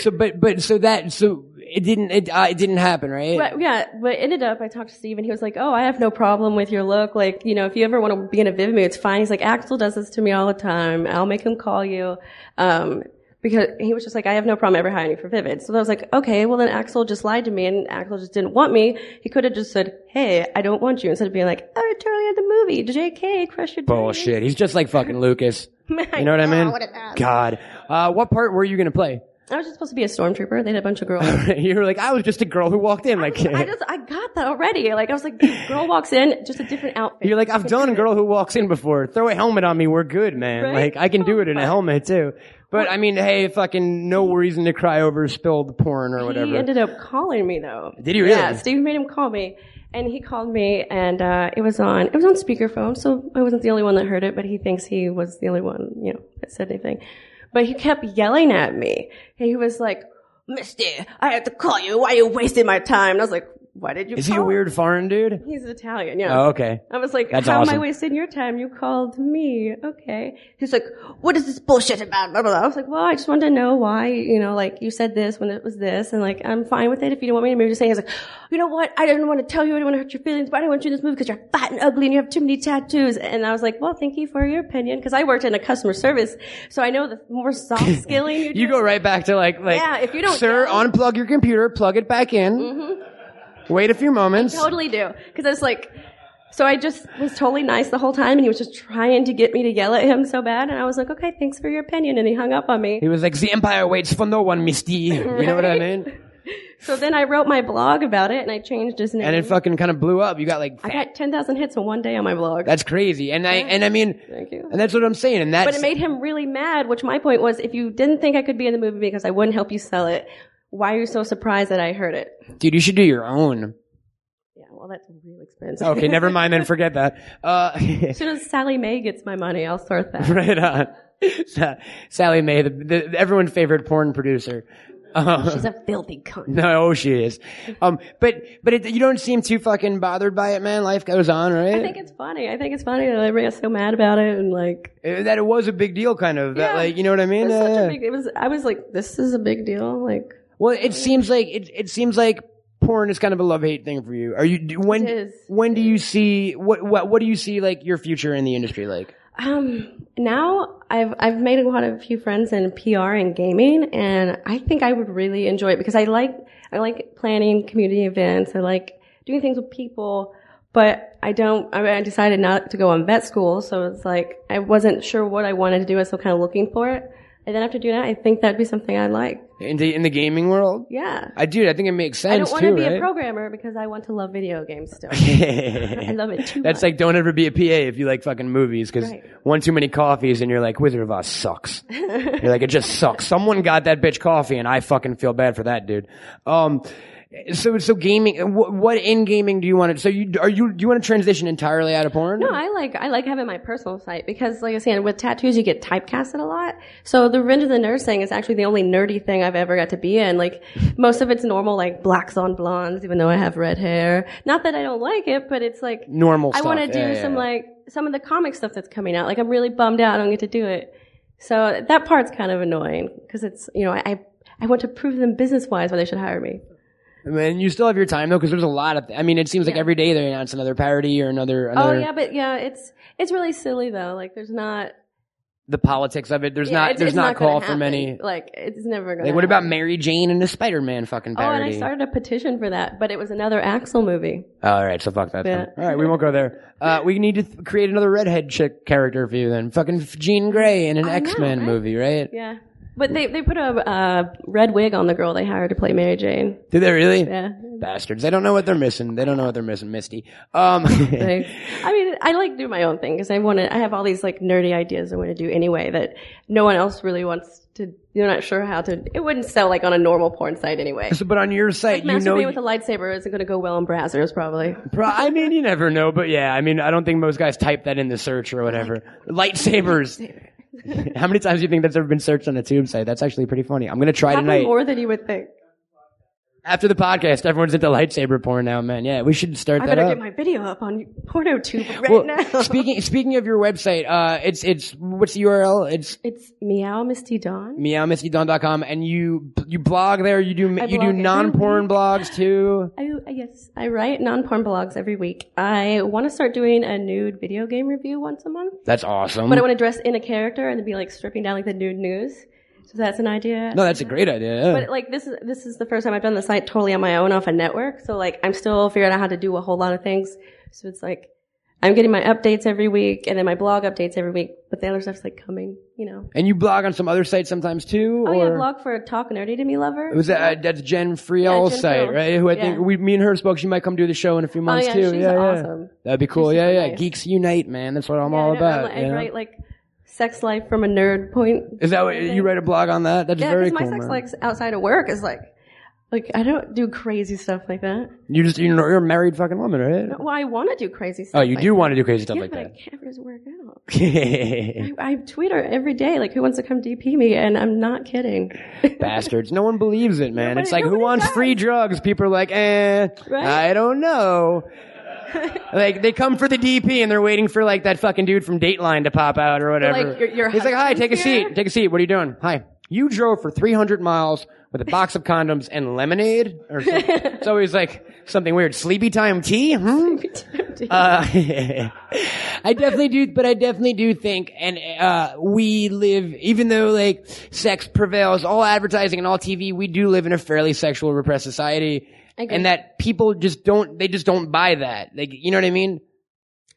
Speaker 1: so, but but so that so it didn't it uh, it didn't happen, right?
Speaker 4: But yeah, but it ended up I talked to Steve and he was like, "Oh, I have no problem with your look. Like, you know, if you ever want to be in a Vivid mood, it's fine." He's like, "Axel does this to me all the time. I'll make him call you." Um, because he was just like, "I have no problem ever hiring you for Vivid." So I was like, "Okay, well then Axel just lied to me and Axel just didn't want me. He could have just said, "Hey, I don't want you," instead of being like, "Oh, I totally had the movie. JK, crush your dreams."
Speaker 1: Bullshit. He's just like fucking Lucas. You know what I mean? God, uh, what part were you gonna play?
Speaker 4: I was just supposed to be a stormtrooper. They had a bunch of girls.
Speaker 1: you were like, I was just a girl who walked in. Like,
Speaker 4: I just I got that already. Like I was like, girl walks in, just a different outfit.
Speaker 1: You're like, I've done girl who walks in before. Throw a helmet on me. We're good, man.
Speaker 4: Right? Oh
Speaker 1: Like, I can do it in a helmet too. But I mean, hey, fucking no reason to cry over spilled porn or whatever.
Speaker 4: He ended up calling me though.
Speaker 1: Did he
Speaker 4: Yeah,
Speaker 1: really?
Speaker 4: Steve made him call me, and he called me, and uh, it was on it was on speakerphone, so I wasn't the only one that heard it, but he thinks he was the only one, you know, that said anything. But he kept yelling at me. He was like, "Misty, I have to call you. Why are you wasting my time?" And I was like, Why did you?
Speaker 1: Is
Speaker 4: call
Speaker 1: he a
Speaker 4: him?"
Speaker 1: weird foreign dude?
Speaker 4: He's Italian. Yeah.
Speaker 1: Oh, okay.
Speaker 4: I was like,
Speaker 1: That's
Speaker 4: how am I
Speaker 1: awesome.
Speaker 4: wasting your time? You called me. Okay. He's like, what is this bullshit about? Blah, blah, blah. I was like, well, I just wanted to know why, you know, like you said this when it was this and like, I'm fine with it. If you don't want me to move to San Diego. I was like, you know what? I didn't want to tell you. I didn't want to hurt your feelings, but I didn't want you to move because you're fat and ugly and you have too many tattoos. And I was like, well, thank you for your opinion. Cause I worked in a customer service. So I know the more soft skilling you do.
Speaker 1: You go right back to like, like,
Speaker 4: Yeah, if you don't
Speaker 1: sir,
Speaker 4: tell-
Speaker 1: unplug your computer, plug it back in.
Speaker 4: Mm-hmm.
Speaker 1: Wait a few moments.
Speaker 4: totally do because I was like, so I just was totally nice the whole time, and he was just trying to get me to yell at him so bad, and I was like, okay, thanks for your opinion, and he hung up on me.
Speaker 1: He was like, the empire waits for no one, Misty. You know what I mean?
Speaker 4: So then I wrote my blog about it, and I changed his name.
Speaker 1: And it fucking kind of blew up. You got like,
Speaker 4: I got ten thousand hits in one day on my blog.
Speaker 1: that's crazy. And I, and I mean,
Speaker 4: Thank you.
Speaker 1: and that's what I'm saying. And that's,
Speaker 4: But it made him really mad, which my point was, if you didn't think I could be in the movie because I wouldn't help you sell it, why are you so surprised that I heard it?
Speaker 1: dude, you should do your own.
Speaker 4: Yeah, well, that's real expensive.
Speaker 1: Okay, never mind then. Forget that. Uh,
Speaker 4: as soon as Sally Mae gets my money, I'll sort that.
Speaker 1: right on. Sa- Sally Mae, the, the, everyone's favorite porn producer. Uh,
Speaker 4: She's a filthy cunt.
Speaker 1: no, oh, she is. Um, but, but it, you don't seem too fucking bothered by it, man. Life goes on, right?
Speaker 4: I think it's funny. I think it's funny that everybody got so mad about it and like
Speaker 1: Uh, that it was a big deal, kind of. That,
Speaker 4: Yeah.
Speaker 1: like, you know what I
Speaker 4: It
Speaker 1: mean?
Speaker 4: was
Speaker 1: Yeah,
Speaker 4: such
Speaker 1: yeah.
Speaker 4: a big. It was. I was like, this is a big deal. Like
Speaker 1: well, it seems like it. It seems like porn is kind of a love hate thing for you. Are you do- when?
Speaker 4: It is.
Speaker 1: When do you see what? What? What do you see like your future in the industry like?
Speaker 4: Um, now I've I've made quite a few friends in PR and gaming, and I think I would really enjoy it because I like I like planning community events. I like doing things with people, but I don't. I, mean, I decided not to go on vet school, so it's like I wasn't sure what I wanted to do. I was still kind of looking for it, and then after doing that, I think that'd be something I like.
Speaker 1: In the in the gaming world,
Speaker 4: Yeah,
Speaker 1: I dude, I think it makes sense
Speaker 4: I don't want
Speaker 1: too,
Speaker 4: to be
Speaker 1: right?
Speaker 4: a programmer because I want to love video games still. I love it too.
Speaker 1: That's
Speaker 4: much.
Speaker 1: like don't ever be a PA if you like fucking movies because
Speaker 4: Right.
Speaker 1: one too many coffees and you're like Wizard of Oz sucks. you're like it just sucks. Someone got that bitch coffee and I fucking feel bad for that dude. Um, so so gaming. What, what in gaming do you want to? So you are you do you want to transition entirely out of porn?
Speaker 4: No, I like I like having my personal site because, like I said, with tattoos you get typecasted a lot. So the Revenge of the Nerd thing is actually the only nerdy thing I've ever got to be in. Like most of it's normal, like blacks on blondes, even though I have red hair. Not that I don't like it, but it's like
Speaker 1: normal.
Speaker 4: I
Speaker 1: stuff.
Speaker 4: want to do
Speaker 1: Yeah, yeah,
Speaker 4: some
Speaker 1: yeah.
Speaker 4: like some of the comic stuff that's coming out. Like I'm really bummed out I don't get to do it. So that part's kind of annoying because it's you know I. I I want to prove them business wise why they should hire me.
Speaker 1: I mean, you still have your time though, because there's a lot of. I mean, it seems like every day they announce another parody or another.
Speaker 4: Oh
Speaker 1: another
Speaker 4: yeah, but yeah, it's it's really silly though. Like there's not
Speaker 1: The politics of it. There's
Speaker 4: yeah,
Speaker 1: not.
Speaker 4: it's-
Speaker 1: there's
Speaker 4: it's
Speaker 1: not,
Speaker 4: gonna
Speaker 1: call for
Speaker 4: happen. Oh,
Speaker 1: many.
Speaker 4: Like it's never gonna.
Speaker 1: Like, what about
Speaker 4: happen.
Speaker 1: Mary Jane and the Spider-Man fucking
Speaker 4: Oh, and
Speaker 1: parody?
Speaker 4: I started a petition for that, but it was another Axel movie.
Speaker 1: Oh, All right, so fuck that. then.
Speaker 4: Yeah.
Speaker 1: All right, we won't go there. Uh, we need to th- create another redhead chick character for you then. Fucking f- Jean Grey in an
Speaker 4: I know,
Speaker 1: X Men
Speaker 4: right?
Speaker 1: movie, right?
Speaker 4: Yeah, but they they put a uh, red wig on the girl they hired to play Mary Jane.
Speaker 1: Did they really?
Speaker 4: Yeah,
Speaker 1: Bastards. They don't know what they're missing. They don't know what they're missing. Misty. Um,
Speaker 4: They- I mean, I like do my own thing because I want to. I have all these like nerdy ideas I want to do anyway that no one else really wants to. They're not sure how to. It wouldn't sell like on a normal porn site anyway.
Speaker 1: so, but on your site, you
Speaker 4: Masturbating
Speaker 1: know.
Speaker 4: with a lightsaber isn't going to go well on browsers probably.
Speaker 1: Pro- I mean, you never know, but yeah, I mean, I don't think most guys type that in the search or whatever. Lightsabers. How many times do you think that's ever been searched on a tube site? That's actually pretty funny. I'm gonna try
Speaker 4: Probably
Speaker 1: tonight.
Speaker 4: more than you would think.
Speaker 1: After the podcast, everyone's into lightsaber porn now, man. Yeah, we should start
Speaker 4: I
Speaker 1: that
Speaker 4: better
Speaker 1: up.
Speaker 4: get my video up on PornoTube right
Speaker 1: Well,
Speaker 4: now.
Speaker 1: speaking speaking of your website, uh, it's it's what's the URL? It's
Speaker 4: It's Meow Misty Dawn.
Speaker 1: meowmistydon.com, and you you blog there. You do
Speaker 4: I
Speaker 1: you do
Speaker 4: blog every
Speaker 1: non porn
Speaker 4: week.
Speaker 1: blogs too.
Speaker 4: I, I guess I write non porn blogs every week. I want to start doing a nude video game review once a month,
Speaker 1: That's awesome.
Speaker 4: but I want to dress in a character and be like stripping down like the nude news. So that's an idea.
Speaker 1: no, that's a great idea. yeah.
Speaker 4: But like this is this is the first time I've done the site totally on my own off a network. So like I'm still figuring out how to do a whole lot of things. So it's like I'm getting my updates every week and then my blog updates every week, but the other stuff's like coming, you know.
Speaker 1: and you blog on some other sites sometimes too.
Speaker 4: Oh
Speaker 1: or?
Speaker 4: yeah, blog for Talk Nerdy to Me Lover.
Speaker 1: It was uh, that's Jen Friel's
Speaker 4: Yeah, Jen
Speaker 1: site,
Speaker 4: Friel.
Speaker 1: right? Who I think
Speaker 4: Yeah. Oh,
Speaker 1: we, me and her spoke. She might come do the show in a few months
Speaker 4: yeah,
Speaker 1: too.
Speaker 4: she's
Speaker 1: yeah, yeah.
Speaker 4: awesome.
Speaker 1: That'd be cool.
Speaker 4: She's
Speaker 1: yeah,
Speaker 4: super
Speaker 1: yeah.
Speaker 4: nice.
Speaker 1: Geeks unite, man. That's what I'm
Speaker 4: Yeah, I
Speaker 1: all
Speaker 4: know. I
Speaker 1: about.
Speaker 4: li- I,
Speaker 1: yeah.
Speaker 4: write like sex life from a nerd point.
Speaker 1: Is that what you write a blog on that? That's
Speaker 4: Yeah,
Speaker 1: very
Speaker 4: because my
Speaker 1: cool.
Speaker 4: sex
Speaker 1: man.
Speaker 4: life outside of work is like Like I don't do crazy stuff like that.
Speaker 1: You just you're, you're a married fucking woman, right?
Speaker 4: Well, I want to do crazy stuff.
Speaker 1: Oh, you
Speaker 4: like
Speaker 1: do
Speaker 4: that.
Speaker 1: want to do crazy stuff
Speaker 4: Yeah,
Speaker 1: like
Speaker 4: but
Speaker 1: that.
Speaker 4: I can't really work out.
Speaker 1: Bastards.
Speaker 4: I tweet her every day, like, who wants to come DP me? And I'm not kidding.
Speaker 1: No one believes it, man.
Speaker 4: Nobody-
Speaker 1: it's like, who
Speaker 4: nobody
Speaker 1: wants
Speaker 4: does.
Speaker 1: free drugs? People are like, eh,
Speaker 4: Right?
Speaker 1: I don't know. like, they come for the DP and they're waiting for, like, that fucking dude from Dateline to pop out or whatever.
Speaker 4: Like, your- your
Speaker 1: He's like, hi, take a
Speaker 4: husband's here?"
Speaker 1: seat. Take a seat. What are you doing? Hi. You drove for 300 miles with a box of condoms and lemonade? Or something. it's always like something weird. Sleepy time tea? Hmm? Uh, I definitely do, but I definitely do think, and uh, we live, even though like sex prevails, all advertising and all TV, we do live in a fairly sexual repressed society,
Speaker 4: agree.
Speaker 1: and that people just don't, they just don't buy that. Like, you know what I mean?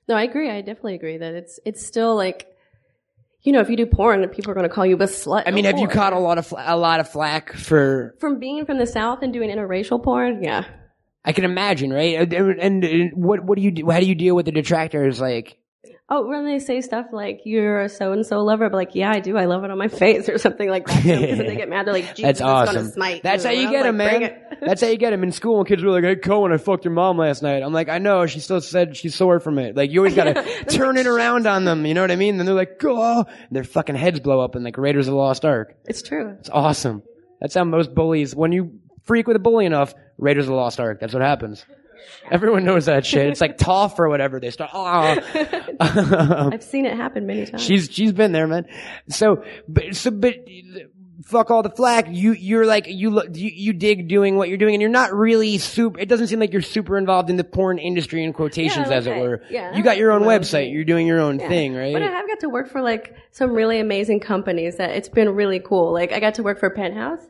Speaker 4: no, I agree. I definitely agree that it's, it's still like, you know, if you do porn, people are going to call you a slut.
Speaker 1: I mean, have you
Speaker 4: whore.
Speaker 1: caught a lot of fla- a lot of flack for?
Speaker 4: From being from the South and doing interracial porn? Yeah.
Speaker 1: I can imagine, right? And, and- and what what do you do? How do you deal with the detractors? Like,
Speaker 4: Oh, when they say stuff like, you're a so-and-so lover, but like, yeah, I do. I love it on my face or something like that. Because if they get mad, they're like, Jesus,
Speaker 1: That's
Speaker 4: it's
Speaker 1: awesome.
Speaker 4: gonna smite.
Speaker 1: That's how you get
Speaker 4: them,
Speaker 1: him, man. That's how you get him. In school, when kids were like, "Hey, Cohen, I fucked your mom last night." I'm like, "I know." She still said she's sore from it. Like, you always gotta turn it around on them. You know what I mean? Then they're like, "Oh," and their fucking heads blow up and like Raiders of the Lost Ark.
Speaker 4: It's true.
Speaker 1: It's awesome. That's how most bullies. When you freak with a bully enough, Raiders of the Lost Ark. That's what happens. Everyone knows that shit. It's like tough or whatever. They start. Oh.
Speaker 4: I've seen it happen many times.
Speaker 1: She's she's been there, man. So, but so but fuck all the flack. You you're like you lo- you, you dig doing what you're doing, and you're not really super. It doesn't seem like you're super involved in the porn industry in quotations,
Speaker 4: Yeah,
Speaker 1: as it
Speaker 4: okay.
Speaker 1: were.
Speaker 4: Yeah,
Speaker 1: you got your own
Speaker 4: that's what I was
Speaker 1: website.
Speaker 4: doing.
Speaker 1: You're doing your own
Speaker 4: Yeah.
Speaker 1: thing, right?
Speaker 4: But I have got to work for like some really amazing companies that it's been really cool. Like I got to work for Penthouse.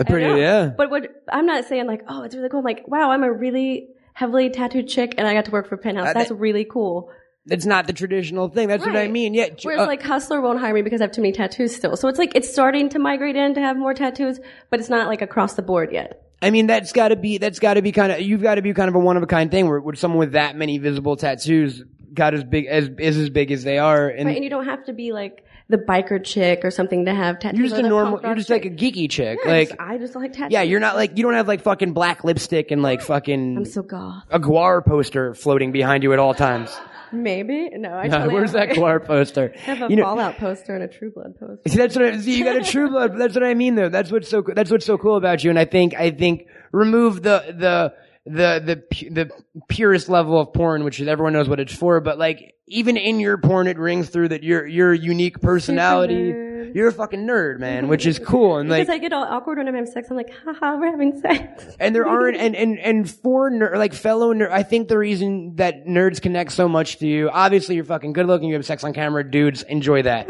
Speaker 1: A pretty
Speaker 4: I know.
Speaker 1: yeah.
Speaker 4: But what I'm not saying like, oh, it's really cool. I'm like, wow, I'm a really heavily tattooed chick and I got to work for
Speaker 1: Uh,
Speaker 4: Penthouse. That's really cool.
Speaker 1: That's not the traditional thing. That's what I
Speaker 4: Right.
Speaker 1: mean. Yeah.
Speaker 4: Whereas
Speaker 1: uh,
Speaker 4: like Hustler won't hire me because I have too many tattoos still. So it's like it's starting to migrate in to have more tattoos, but it's not like across the board yet.
Speaker 1: I mean, that's got to be that's got to be kind of you've got to be kind of a one of a kind thing where, where someone with that many visible tattoos got as big as is as big as they are, and
Speaker 4: Right? And you don't have to be like the biker chick or something to have tattoos.
Speaker 1: you're just
Speaker 4: or
Speaker 1: a
Speaker 4: the
Speaker 1: normal.
Speaker 4: punk
Speaker 1: You're
Speaker 4: rock
Speaker 1: just
Speaker 4: chick.
Speaker 1: like a geeky chick.
Speaker 4: Yeah, I
Speaker 1: like
Speaker 4: just- I just like tattoos.
Speaker 1: Yeah, you're not like you don't have like fucking black lipstick and like
Speaker 4: I'm
Speaker 1: fucking
Speaker 4: so goth.
Speaker 1: a guar poster floating behind you at all times.
Speaker 4: Maybe no. I
Speaker 1: Uh,
Speaker 4: totally
Speaker 1: where's that guar poster?
Speaker 4: I have a
Speaker 1: You know-
Speaker 4: Fallout poster and a True Blood poster.
Speaker 1: See, that's what I, see, you got a true blood. That's what I mean, though. That's what's so that's what's so cool about you. And I think I think remove the the the the pu- the purest level of porn, which is everyone knows what it's for. But like even in your porn, it rings through that your your unique personality.
Speaker 4: nerd.
Speaker 1: You're a fucking nerd, man, which is cool. And like
Speaker 4: Because I get all awkward when I'm having sex. I'm like, haha, we're having sex.
Speaker 1: and there aren't and and and for ner- like fellow nerd i think the reason that nerds connect so much to you obviously you're fucking good looking you have sex on camera dudes enjoy that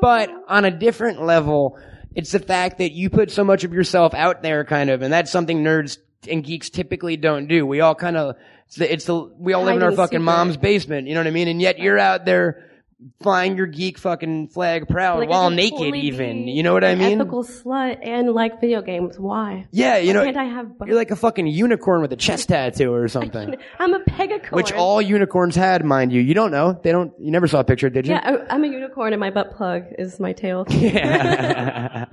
Speaker 1: but on a different level it's the fact that you put so much of yourself out there kind of and that's something nerds and geeks typically don't do we all kind of it's the, it's the we all live in our
Speaker 4: Hiding
Speaker 1: fucking
Speaker 4: secret.
Speaker 1: mom's basement you know what i mean and yet you're out there flying your geek fucking flag proud
Speaker 4: Like, I
Speaker 1: while
Speaker 4: could
Speaker 1: naked
Speaker 4: totally
Speaker 1: even
Speaker 4: be
Speaker 1: you know what i
Speaker 4: an
Speaker 1: mean
Speaker 4: Ethical slut and like video games. Why?
Speaker 1: yeah you know
Speaker 4: Can't I have both?
Speaker 1: you're like a fucking unicorn with a chest tattoo or something.
Speaker 4: I'm a pegacorn.
Speaker 1: Which all unicorns had, mind you. You don't know. They don't. You never saw a picture, did you?
Speaker 4: Yeah, I- I'm a unicorn and my butt plug is my tail. my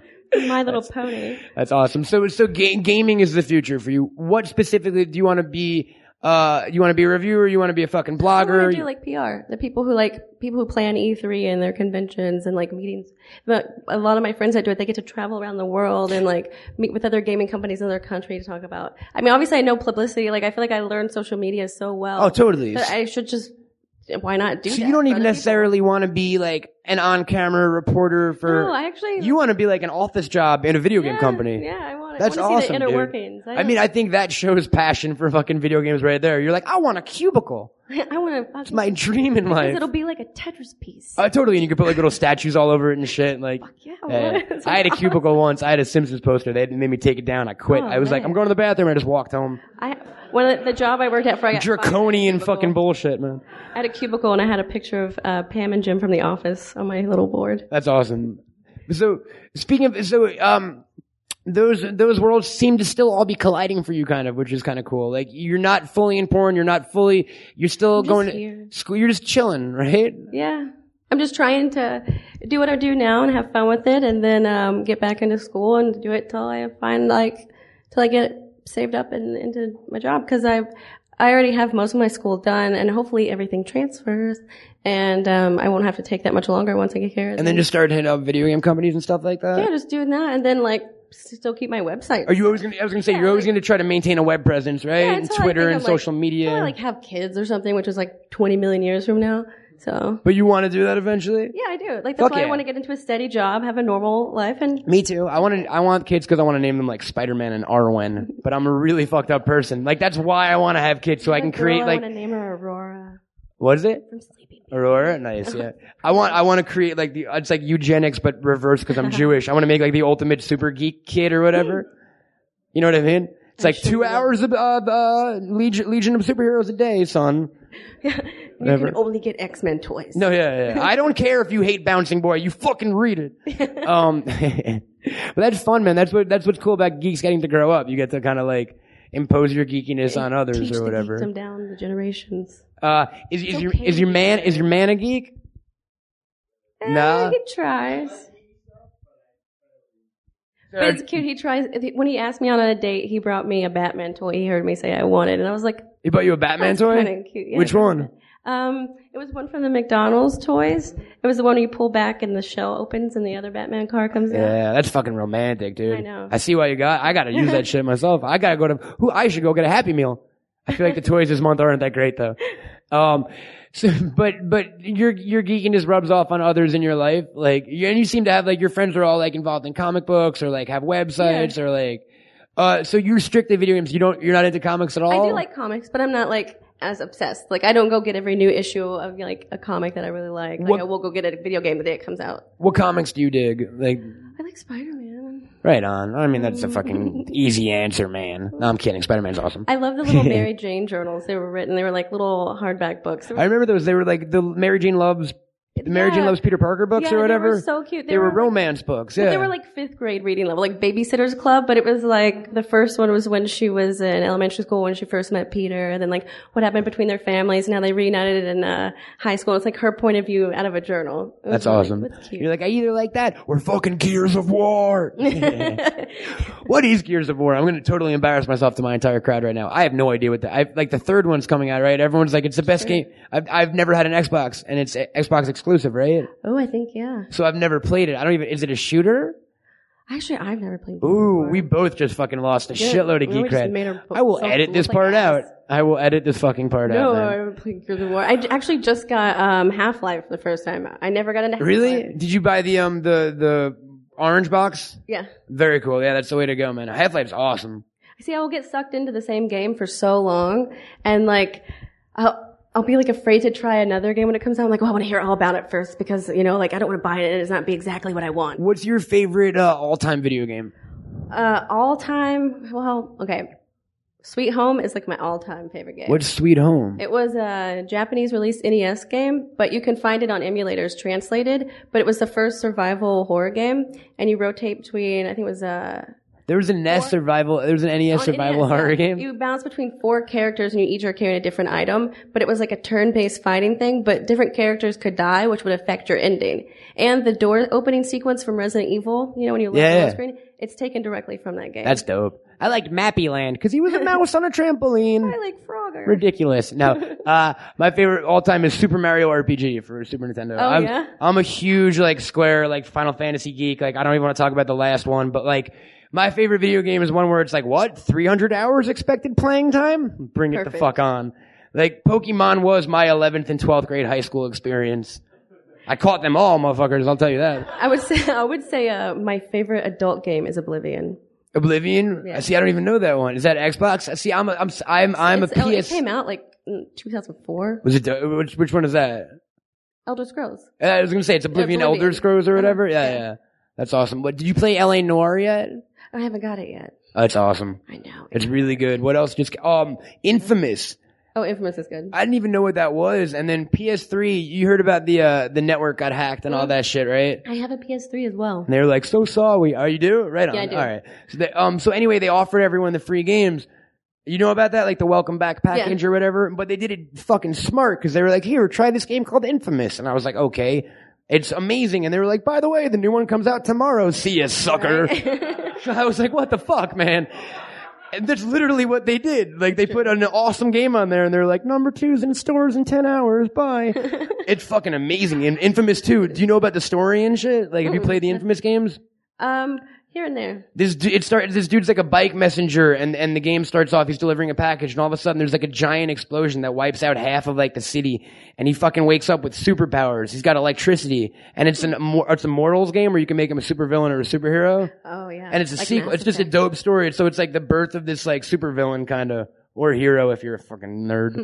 Speaker 4: little pony.
Speaker 1: That's awesome. So, so ga- gaming is the future for you. What specifically do you want to be? Uh, you want to be a reviewer? You want to be a fucking
Speaker 4: I want
Speaker 1: blogger?
Speaker 4: to do like PR. The people who like people who plan E3 and their conventions and like meetings. But a lot of my friends that do it, they get to travel around the world and like meet with other gaming companies in their country to talk about. I mean, obviously, I know publicity. Like, I feel like I learned social media so well.
Speaker 1: oh, totally.
Speaker 4: That I should just why not do
Speaker 1: So
Speaker 4: that?
Speaker 1: you don't
Speaker 4: for
Speaker 1: even
Speaker 4: other
Speaker 1: necessarily want to be like an on-camera reporter for.
Speaker 4: people? No, I actually.
Speaker 1: you want to be like an office job in a video game
Speaker 4: yeah,
Speaker 1: company.
Speaker 4: Yeah, I want.
Speaker 1: That's
Speaker 4: I want to
Speaker 1: awesome,
Speaker 4: See the inner
Speaker 1: dude.
Speaker 4: workings.
Speaker 1: I mean, I think that shows passion for fucking video games right there. You're like, I want a cubicle.
Speaker 4: I, want to.
Speaker 1: It's my dream in life.
Speaker 4: It'll be like a Tetris piece.
Speaker 1: Uh, totally, and you could put like little statues all over it and shit. Like,
Speaker 4: yeah,
Speaker 1: eh.
Speaker 4: what?
Speaker 1: I had a cubicle once. I had a Simpsons poster. They made me take it down. I quit.
Speaker 4: Oh,
Speaker 1: I was like,
Speaker 4: man.
Speaker 1: I'm going to the bathroom. I just walked home.
Speaker 4: I one of the, the job I worked at for I got fired from
Speaker 1: Draconian
Speaker 4: cubicle.
Speaker 1: fucking bullshit, man.
Speaker 4: I had a cubicle and I had a picture of uh, Pam and Jim from The Office on my little board.
Speaker 1: That's awesome. So speaking of, so um, those those worlds seem to still all be colliding for you, kind of, which is kind of cool. Like you're not fully in porn. You're not fully. You're still
Speaker 4: just
Speaker 1: going
Speaker 4: here.
Speaker 1: to school. You're just chilling, right?
Speaker 4: Yeah. I'm just trying to do what I do now and have fun with it, and then um, get back into school and do it till I find like till I get saved up and into my job because I I already have most of my school done and hopefully everything transfers and um, I won't have to take that much longer once I get here.
Speaker 1: And then just started hitting up video game companies and stuff like that.
Speaker 4: yeah, just doing that and then like still keep my website.
Speaker 1: Are you always gonna? I was gonna say you're always gonna try to maintain a web presence, right?
Speaker 4: Yeah,
Speaker 1: and
Speaker 4: until I
Speaker 1: Twitter
Speaker 4: think
Speaker 1: and
Speaker 4: I'm, like-
Speaker 1: social media.
Speaker 4: until I like have kids or something, which is like 20 million years from now. So
Speaker 1: but you want to do that eventually?
Speaker 4: yeah, I do. Like that's
Speaker 1: Fuck
Speaker 4: why
Speaker 1: yeah.
Speaker 4: I want to get into a steady job, have a normal life, and
Speaker 1: Me too. I want to. I want kids because I want to name them like Spider Man and Arwen. But I'm a really fucked up person. Like that's why I want to have kids so I can
Speaker 4: That girl,
Speaker 1: create
Speaker 4: I want
Speaker 1: like
Speaker 4: to name her Aurora
Speaker 1: what is it?
Speaker 4: from Sleeping. Beauty.
Speaker 1: Aurora, nice. Yeah, I want. I want to create like the. It's like eugenics but reverse because I'm Jewish. I want to make like the ultimate super geek kid or whatever. You know what I mean? It's like two hours of of, uh, Legion, Legion of Superheroes a day, son.
Speaker 4: You
Speaker 1: Never.
Speaker 4: can only get X Men toys.
Speaker 1: No, yeah, yeah. I don't care if you hate Bouncing Boy. You fucking read it. Um, but that's fun, man. That's what that's what's cool about geeks getting to grow up. You get to kind of like impose your geekiness on others
Speaker 4: Teach
Speaker 1: or
Speaker 4: the
Speaker 1: whatever.
Speaker 4: geekdom down the generations.
Speaker 1: Uh, is is your
Speaker 4: okay
Speaker 1: is your
Speaker 4: to be
Speaker 1: man is your man a geek? Nah.
Speaker 4: Eh, he tries. But it's cute. He tries. When he asked me out on a date, he brought me a Batman toy. He heard me say I wanted, and I was like,
Speaker 1: He bought you a Batman
Speaker 4: "That's
Speaker 1: toy.
Speaker 4: kinda cute." Yeah.
Speaker 1: Which one?
Speaker 4: Um, it was one from the McDonald's toys. It was the one where you pull back and the shell opens and the other Batman car comes out.
Speaker 1: Yeah, that's fucking romantic, dude.
Speaker 4: I know.
Speaker 1: I see why you got. I gotta use that shit myself. I gotta go to who? I should go get a Happy Meal. I feel like the toys this month aren't that great though. Um, so but but your your geekiness rubs off on others in your life. Like you, and you seem to have like your friends are all like involved in comic books or like have websites or like. Uh, so you're strictly video games. You don't. You're not into comics at all.
Speaker 4: I do like comics, but I'm not like as obsessed. Like I don't go get every new issue of like a comic that I really like. Like
Speaker 1: What-
Speaker 4: I will go get a video game the day it comes out.
Speaker 1: What comics do you dig? Like
Speaker 4: I like Spider Man.
Speaker 1: right on. I mean that's a fucking easy answer, man. No, I'm kidding. Spider Man's awesome.
Speaker 4: I love the little Mary Jane journals they were written. They were like little hardback books. They were-
Speaker 1: I remember those. They were like the Mary Jean loves the Mary Jean
Speaker 4: Yeah.
Speaker 1: loves Peter Parker books
Speaker 4: Yeah,
Speaker 1: or
Speaker 4: they
Speaker 1: whatever.
Speaker 4: were so cute.
Speaker 1: They, were,
Speaker 4: like-
Speaker 1: romance books.
Speaker 4: but
Speaker 1: Yeah,
Speaker 4: They were like fifth grade reading level, like Babysitters Club. But it was like the first one was when she was in elementary school when she first met Peter, and then like what happened between their families and how they reunited in uh, high school. It's like her point of view out of a journal. It was
Speaker 1: that's
Speaker 4: really-
Speaker 1: awesome.
Speaker 4: It's cute.
Speaker 1: You're like I either like that or fucking Gears of War. what is Gears of War? I'm gonna totally embarrass myself to my entire crowd right now. I have no idea what that. I like the third one's coming out right. Everyone's like it's the best game. I've I've never had an Xbox and it's a- Xbox exclusive, right?
Speaker 4: oh, I think yeah.
Speaker 1: So I've never played it. I don't even. Is it a shooter?
Speaker 4: Actually, I've never played.
Speaker 1: Ooh, we both just fucking lost a
Speaker 4: Good.
Speaker 1: shitload of
Speaker 4: We
Speaker 1: geek
Speaker 4: just
Speaker 1: cred.
Speaker 4: made our bo-
Speaker 1: I will
Speaker 4: selves
Speaker 1: edit this
Speaker 4: look like
Speaker 1: part out.
Speaker 4: ass.
Speaker 1: I will edit this fucking part
Speaker 4: No,
Speaker 1: out. man.
Speaker 4: I haven't played Gears of War. I j- actually just got um, Half Life the first time. I never got into Half-Life.
Speaker 1: Really? Did you buy the um the the orange box?
Speaker 4: Yeah.
Speaker 1: Very cool. Yeah, that's the way to go, man. Half Life's awesome.
Speaker 4: See, I will get sucked into the same game for so long, and like, I'll I'll be like afraid to try another game when it comes out. I'm like, well, I want to hear all about it first because you know, like, I don't want to buy it and it's not be exactly what I want.
Speaker 1: What's your favorite uh, all-time video game?
Speaker 4: Uh, all time, well, okay, Sweet Home is like my all time favorite game.
Speaker 1: What's Sweet Home?
Speaker 4: It was a Japanese released NES game, but you can find it on emulators translated. But it was the first survival horror game, and you rotate between I think it was uh,
Speaker 1: There was a NES survival. There was an NES
Speaker 4: on
Speaker 1: survival
Speaker 4: NES,
Speaker 1: horror
Speaker 4: E yeah.
Speaker 1: game.
Speaker 4: You bounce between four characters, and you each are carrying a different item. But it was like a turn-based fighting thing. But different characters could die, which would affect your ending. And the door opening sequence from Resident Evil, you know, when you look
Speaker 1: Yeah,
Speaker 4: at the
Speaker 1: yeah.
Speaker 4: lock screen, it's taken directly from that game.
Speaker 1: that's dope. I liked Mappy Land because he was a mouse on a trampoline.
Speaker 4: I like Frogger.
Speaker 1: Ridiculous. No, uh, my favorite all time is Super Mario RPG for Super Nintendo.
Speaker 4: Oh,
Speaker 1: I'm,
Speaker 4: yeah?
Speaker 1: I'm a huge like Square like Final Fantasy geek. Like I don't even want to talk about the last one, but like my favorite video game is one where it's like what 300 hours expected playing time. Bring it the
Speaker 4: Perfect.
Speaker 1: fuck on. Like Pokemon was my 11th and 12th grade high school experience. I caught them all, motherfuckers. I'll tell you that.
Speaker 4: I would say I would say uh, my favorite adult game is Oblivion.
Speaker 1: Oblivion.
Speaker 4: Yeah.
Speaker 1: See, I don't even know that one. Is that Xbox? See, I'm a, I'm s- I'm I'm a
Speaker 4: It's- oh, It
Speaker 1: PS.
Speaker 4: came out like in 2004.
Speaker 1: Was it which which one is that?
Speaker 4: Elder Scrolls.
Speaker 1: Uh, I was gonna say it's Oblivion,
Speaker 4: Oblivion. Uh-huh.
Speaker 1: Elder Scrolls or whatever. Yeah, yeah, that's awesome. What did you play L.A. Noir yet?
Speaker 4: I haven't got it yet.
Speaker 1: Oh, it's awesome.
Speaker 4: I know.
Speaker 1: It's really good. What else? Just um, Infamous.
Speaker 4: Oh, Infamous is good.
Speaker 1: I didn't even know what that was. And then PS3. You heard about the uh the network got hacked
Speaker 4: Mm-hmm.
Speaker 1: and all that shit, right?
Speaker 4: I have a PS3 as well.
Speaker 1: And they were like, "So sorry, are you do right on?
Speaker 4: I do.
Speaker 1: All right." So they, um, so anyway, they offered everyone the free games. You know about that, like the welcome back package or whatever. But they did it fucking smart because they were like, "Here, try this game called Infamous," and I was like, "Okay." It's amazing, and they were like, "By the way, the new one comes out tomorrow. See ya, sucker." so I was like, "What the fuck, man?" And that's literally what they did. Like they put an awesome game on there and they're like, number two's in stores in 10 hours. Bye. it's fucking amazing. And Infamous 2, do you know about the story and shit? Like have you played the Infamous games?
Speaker 4: Um, here and there.
Speaker 1: This du- it starts. This dude's like a bike messenger, and and the game starts off. He's delivering a package, and all of a sudden, there's like a giant explosion that wipes out half of like the city, and he fucking wakes up with superpowers. He's got electricity, and it's an immor- it's a mortals game where you can make him a supervillain or a superhero,
Speaker 4: Oh yeah.
Speaker 1: and it's a
Speaker 4: Like
Speaker 1: sequel.
Speaker 4: Mass
Speaker 1: It's just a
Speaker 4: Effect.
Speaker 1: dope story. So it's like the birth of this like supervillain kind of or hero if you're a fucking nerd.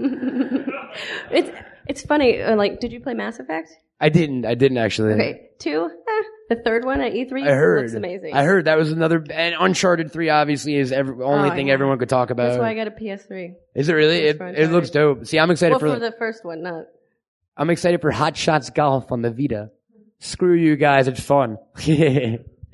Speaker 4: It's it's funny. uh, Like, did you play Mass Effect?
Speaker 1: I didn't. I didn't actually.
Speaker 4: Okay, two. eh, the third one at E3
Speaker 1: I heard.
Speaker 4: looks amazing.
Speaker 1: I heard that was another and Uncharted Three. Obviously, is every only
Speaker 4: Oh,
Speaker 1: thing
Speaker 4: yeah.
Speaker 1: everyone could talk about.
Speaker 4: That's why I got a PS3.
Speaker 1: Is uh, it really?
Speaker 4: It's
Speaker 1: It,
Speaker 4: fun.
Speaker 1: it looks dope. See, I'm excited
Speaker 4: Well,
Speaker 1: for,
Speaker 4: for the first one, not.
Speaker 1: I'm excited for Hot Shots Golf on the Vita. Screw you guys, it's fun.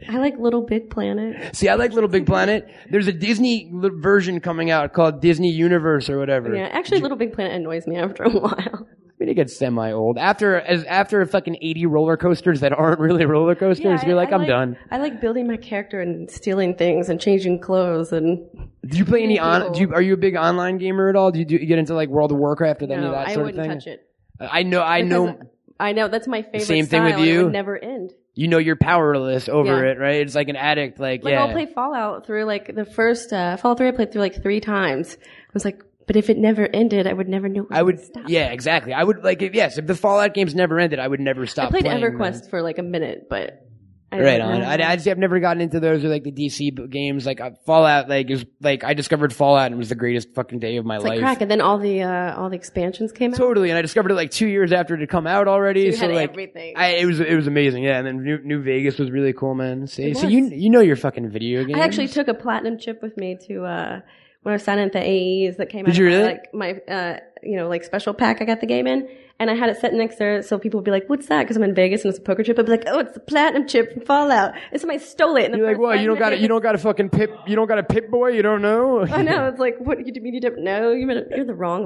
Speaker 4: I like Little Big Planet.
Speaker 1: See, I like Little Big Planet. There's a Disney li- version coming out called Disney Universe or whatever.
Speaker 4: Yeah, actually, Little Big Planet annoys me after a while.
Speaker 1: I mean, it gets semi-old after as after fucking 80 roller coasters that aren't really roller coasters.
Speaker 4: Yeah,
Speaker 1: you're
Speaker 4: I-
Speaker 1: like,
Speaker 4: I
Speaker 1: I'm done.
Speaker 4: I like building my character and stealing things and changing clothes and.
Speaker 1: Do you play any on?
Speaker 4: people.
Speaker 1: Do you, are you a big online gamer at all? Do you, do you get into like World of Warcraft or any of
Speaker 4: No,
Speaker 1: that
Speaker 4: I
Speaker 1: sort of
Speaker 4: wouldn't
Speaker 1: thing?
Speaker 4: touch it.
Speaker 1: I know, I know.
Speaker 4: Because I know that's my favorite.
Speaker 1: Same thing with
Speaker 4: style, and it
Speaker 1: you?
Speaker 4: would never end.
Speaker 1: You know, you're powerless over
Speaker 4: Yeah.
Speaker 1: it, right? It's like an addict. Like,
Speaker 4: Like
Speaker 1: yeah.
Speaker 4: I'll play Fallout through like the first uh, Fallout Three. I played through like three times. I was like, but if it never ended, I would never know.
Speaker 1: I would,
Speaker 4: stop.
Speaker 1: yeah, exactly. I would like, if, yes, if the Fallout games never ended, I would never stop.
Speaker 4: I played
Speaker 1: playing
Speaker 4: EverQuest
Speaker 1: them.
Speaker 4: for like a minute, but I
Speaker 1: Right
Speaker 4: don't
Speaker 1: on.
Speaker 4: know.
Speaker 1: I, I just, I've never gotten into those or like the DC b- games. Like uh, Fallout, like is like I discovered Fallout and it was the greatest fucking day of my
Speaker 4: it's
Speaker 1: life.
Speaker 4: like crack, and then all the uh, all the expansions came out.
Speaker 1: Totally, and I discovered it like two years after it had come out already.
Speaker 4: you
Speaker 1: So,
Speaker 4: had
Speaker 1: like,
Speaker 4: everything.
Speaker 1: I, it was it was amazing. Yeah, and then New, New Vegas was really cool, man. See,
Speaker 4: It
Speaker 1: so you
Speaker 4: was.
Speaker 1: you know your fucking video games.
Speaker 4: I actually took a platinum chip with me to uh, when I was signing at the AEs that came
Speaker 1: Did
Speaker 4: out.
Speaker 1: you
Speaker 4: of
Speaker 1: really?
Speaker 4: My, like my uh, you know like special pack I got the game in, and I had it set next there so people would be like, "What's that?" Because I'm in Vegas and it's a poker chip. I'd be like, "Oh, it's the platinum chip from Fallout." And somebody stole it. And
Speaker 1: You're like, what? You don't got a, you don't got a fucking pip. You don't got a pip boy. You don't know.
Speaker 4: I know. It's like, what? You mean you don't know? You mean, you're the wrong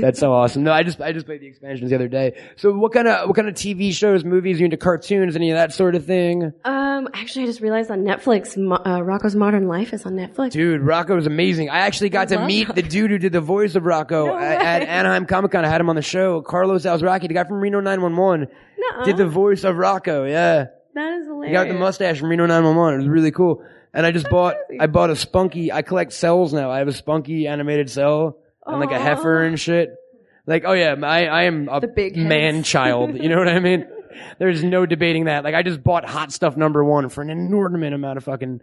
Speaker 1: That's so awesome. No, I just I just played the expansions the other day. So what kind of what kind of TV shows, movies, you into cartoons, any of that sort of thing?
Speaker 4: um, actually, I just realized on Netflix, Mo- uh, Rocco's Modern Life is on Netflix.
Speaker 1: Dude, Rocco is amazing. I actually got to
Speaker 4: love
Speaker 1: meet the dude who did the voice of Rocco
Speaker 4: No
Speaker 1: at, at
Speaker 4: way.
Speaker 1: Anaheim Comic Con. I had him on the show. Carlos Alzraki, the guy from Reno 911,
Speaker 4: Nuh-uh.
Speaker 1: did the voice of Rocco. Yeah,
Speaker 4: that is
Speaker 1: he
Speaker 4: hilarious.
Speaker 1: got the mustache from Reno 911. It was really cool. And I just bought I bought a Spunky. I collect cells now. I have a Spunky animated cell and like a
Speaker 4: Aw.
Speaker 1: heifer and shit. Like, oh yeah, I I am a
Speaker 4: The big heads.
Speaker 1: man child. You know what I mean? There's no debating that. Like, I just bought Hot Stuff number one for an inordinate amount of fucking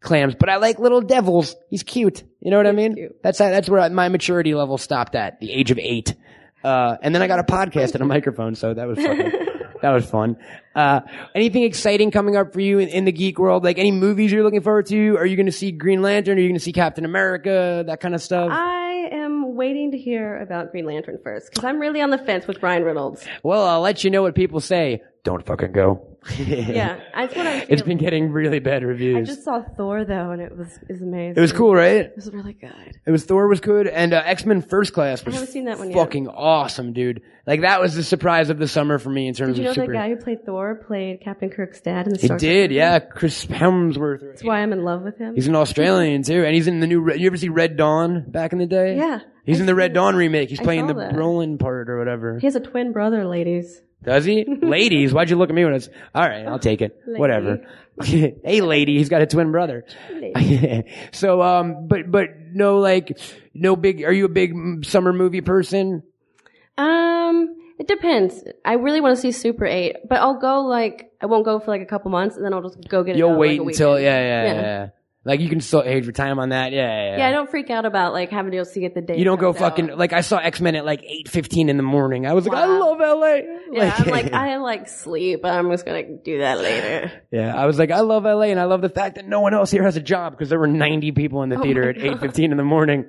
Speaker 1: clams. But I like little devils. He's cute. You know what I mean?
Speaker 4: cute.
Speaker 1: That's that's where my maturity level stopped at the age of eight. Uh, and then I got a podcast and a microphone, so that was fucking, that was fun. Uh, anything exciting coming up for you in, in the geek world? Like any movies you're looking forward to? Are you going to see Green Lantern? Are you going to see Captain America? That kind of stuff.
Speaker 4: I am waiting to hear about Green Lantern first because I'm really on the fence with Ryan Reynolds.
Speaker 1: well, I'll let you know what people say. Don't fucking go.
Speaker 4: Yeah, that's what I'm.
Speaker 1: It's been
Speaker 4: feeling.
Speaker 1: getting really bad
Speaker 4: I
Speaker 1: reviews.
Speaker 4: just saw Thor though, and it was is amazing.
Speaker 1: it was cool, right?
Speaker 4: It was really good.
Speaker 1: It was Thor was good, and uh, X Men First Class was
Speaker 4: haven't seen that one yet.
Speaker 1: fucking awesome, dude. Like that was the surprise of the summer for me in terms
Speaker 4: Did you know
Speaker 1: of
Speaker 4: that
Speaker 1: super.
Speaker 4: guy who played Thor played Captain Kirk's dad in the Star
Speaker 1: it did, yeah. Chris Hemsworth.
Speaker 4: That's why I'm in love with him.
Speaker 1: He's an Australian too, and he's in the new. Re- You ever see Red Dawn back in the day?
Speaker 4: Yeah,
Speaker 1: He's in the Red Dawn remake. He's
Speaker 4: I
Speaker 1: playing
Speaker 4: saw
Speaker 1: the
Speaker 4: that.
Speaker 1: Brolin part or whatever.
Speaker 4: he has a twin brother, ladies.
Speaker 1: Does he? Ladies, why'd you look at me when it's all right? I'll take it.
Speaker 4: Lady.
Speaker 1: Whatever. hey, lady, he's got a twin brother. so, um, but but no, like, no big. Are you a big mm, summer movie person?
Speaker 4: Um, it depends. I really want to see Super Eight, but I'll go like I won't go for like a couple months, and then I'll just go get it.
Speaker 1: You'll
Speaker 4: done,
Speaker 1: wait
Speaker 4: like, a
Speaker 1: until
Speaker 4: weekend.
Speaker 1: yeah, yeah, yeah,
Speaker 4: Yeah.
Speaker 1: yeah. Like you can still age for time on that. Yeah, yeah. yeah.
Speaker 4: Yeah, I don't freak out about like having to go see it the day.
Speaker 1: you
Speaker 4: it
Speaker 1: don't go
Speaker 4: comes out.
Speaker 1: fucking like I saw X Men at like eight fifteen in the morning. I was like, I
Speaker 4: Wow.
Speaker 1: love L.A.
Speaker 4: Yeah, I'm like I like sleep. I'm just gonna do that later.
Speaker 1: yeah, I was like, I love L.A. and I love the fact that no one else here has a job because there were ninety people in
Speaker 4: Oh
Speaker 1: the theater at eight fifteen in the morning.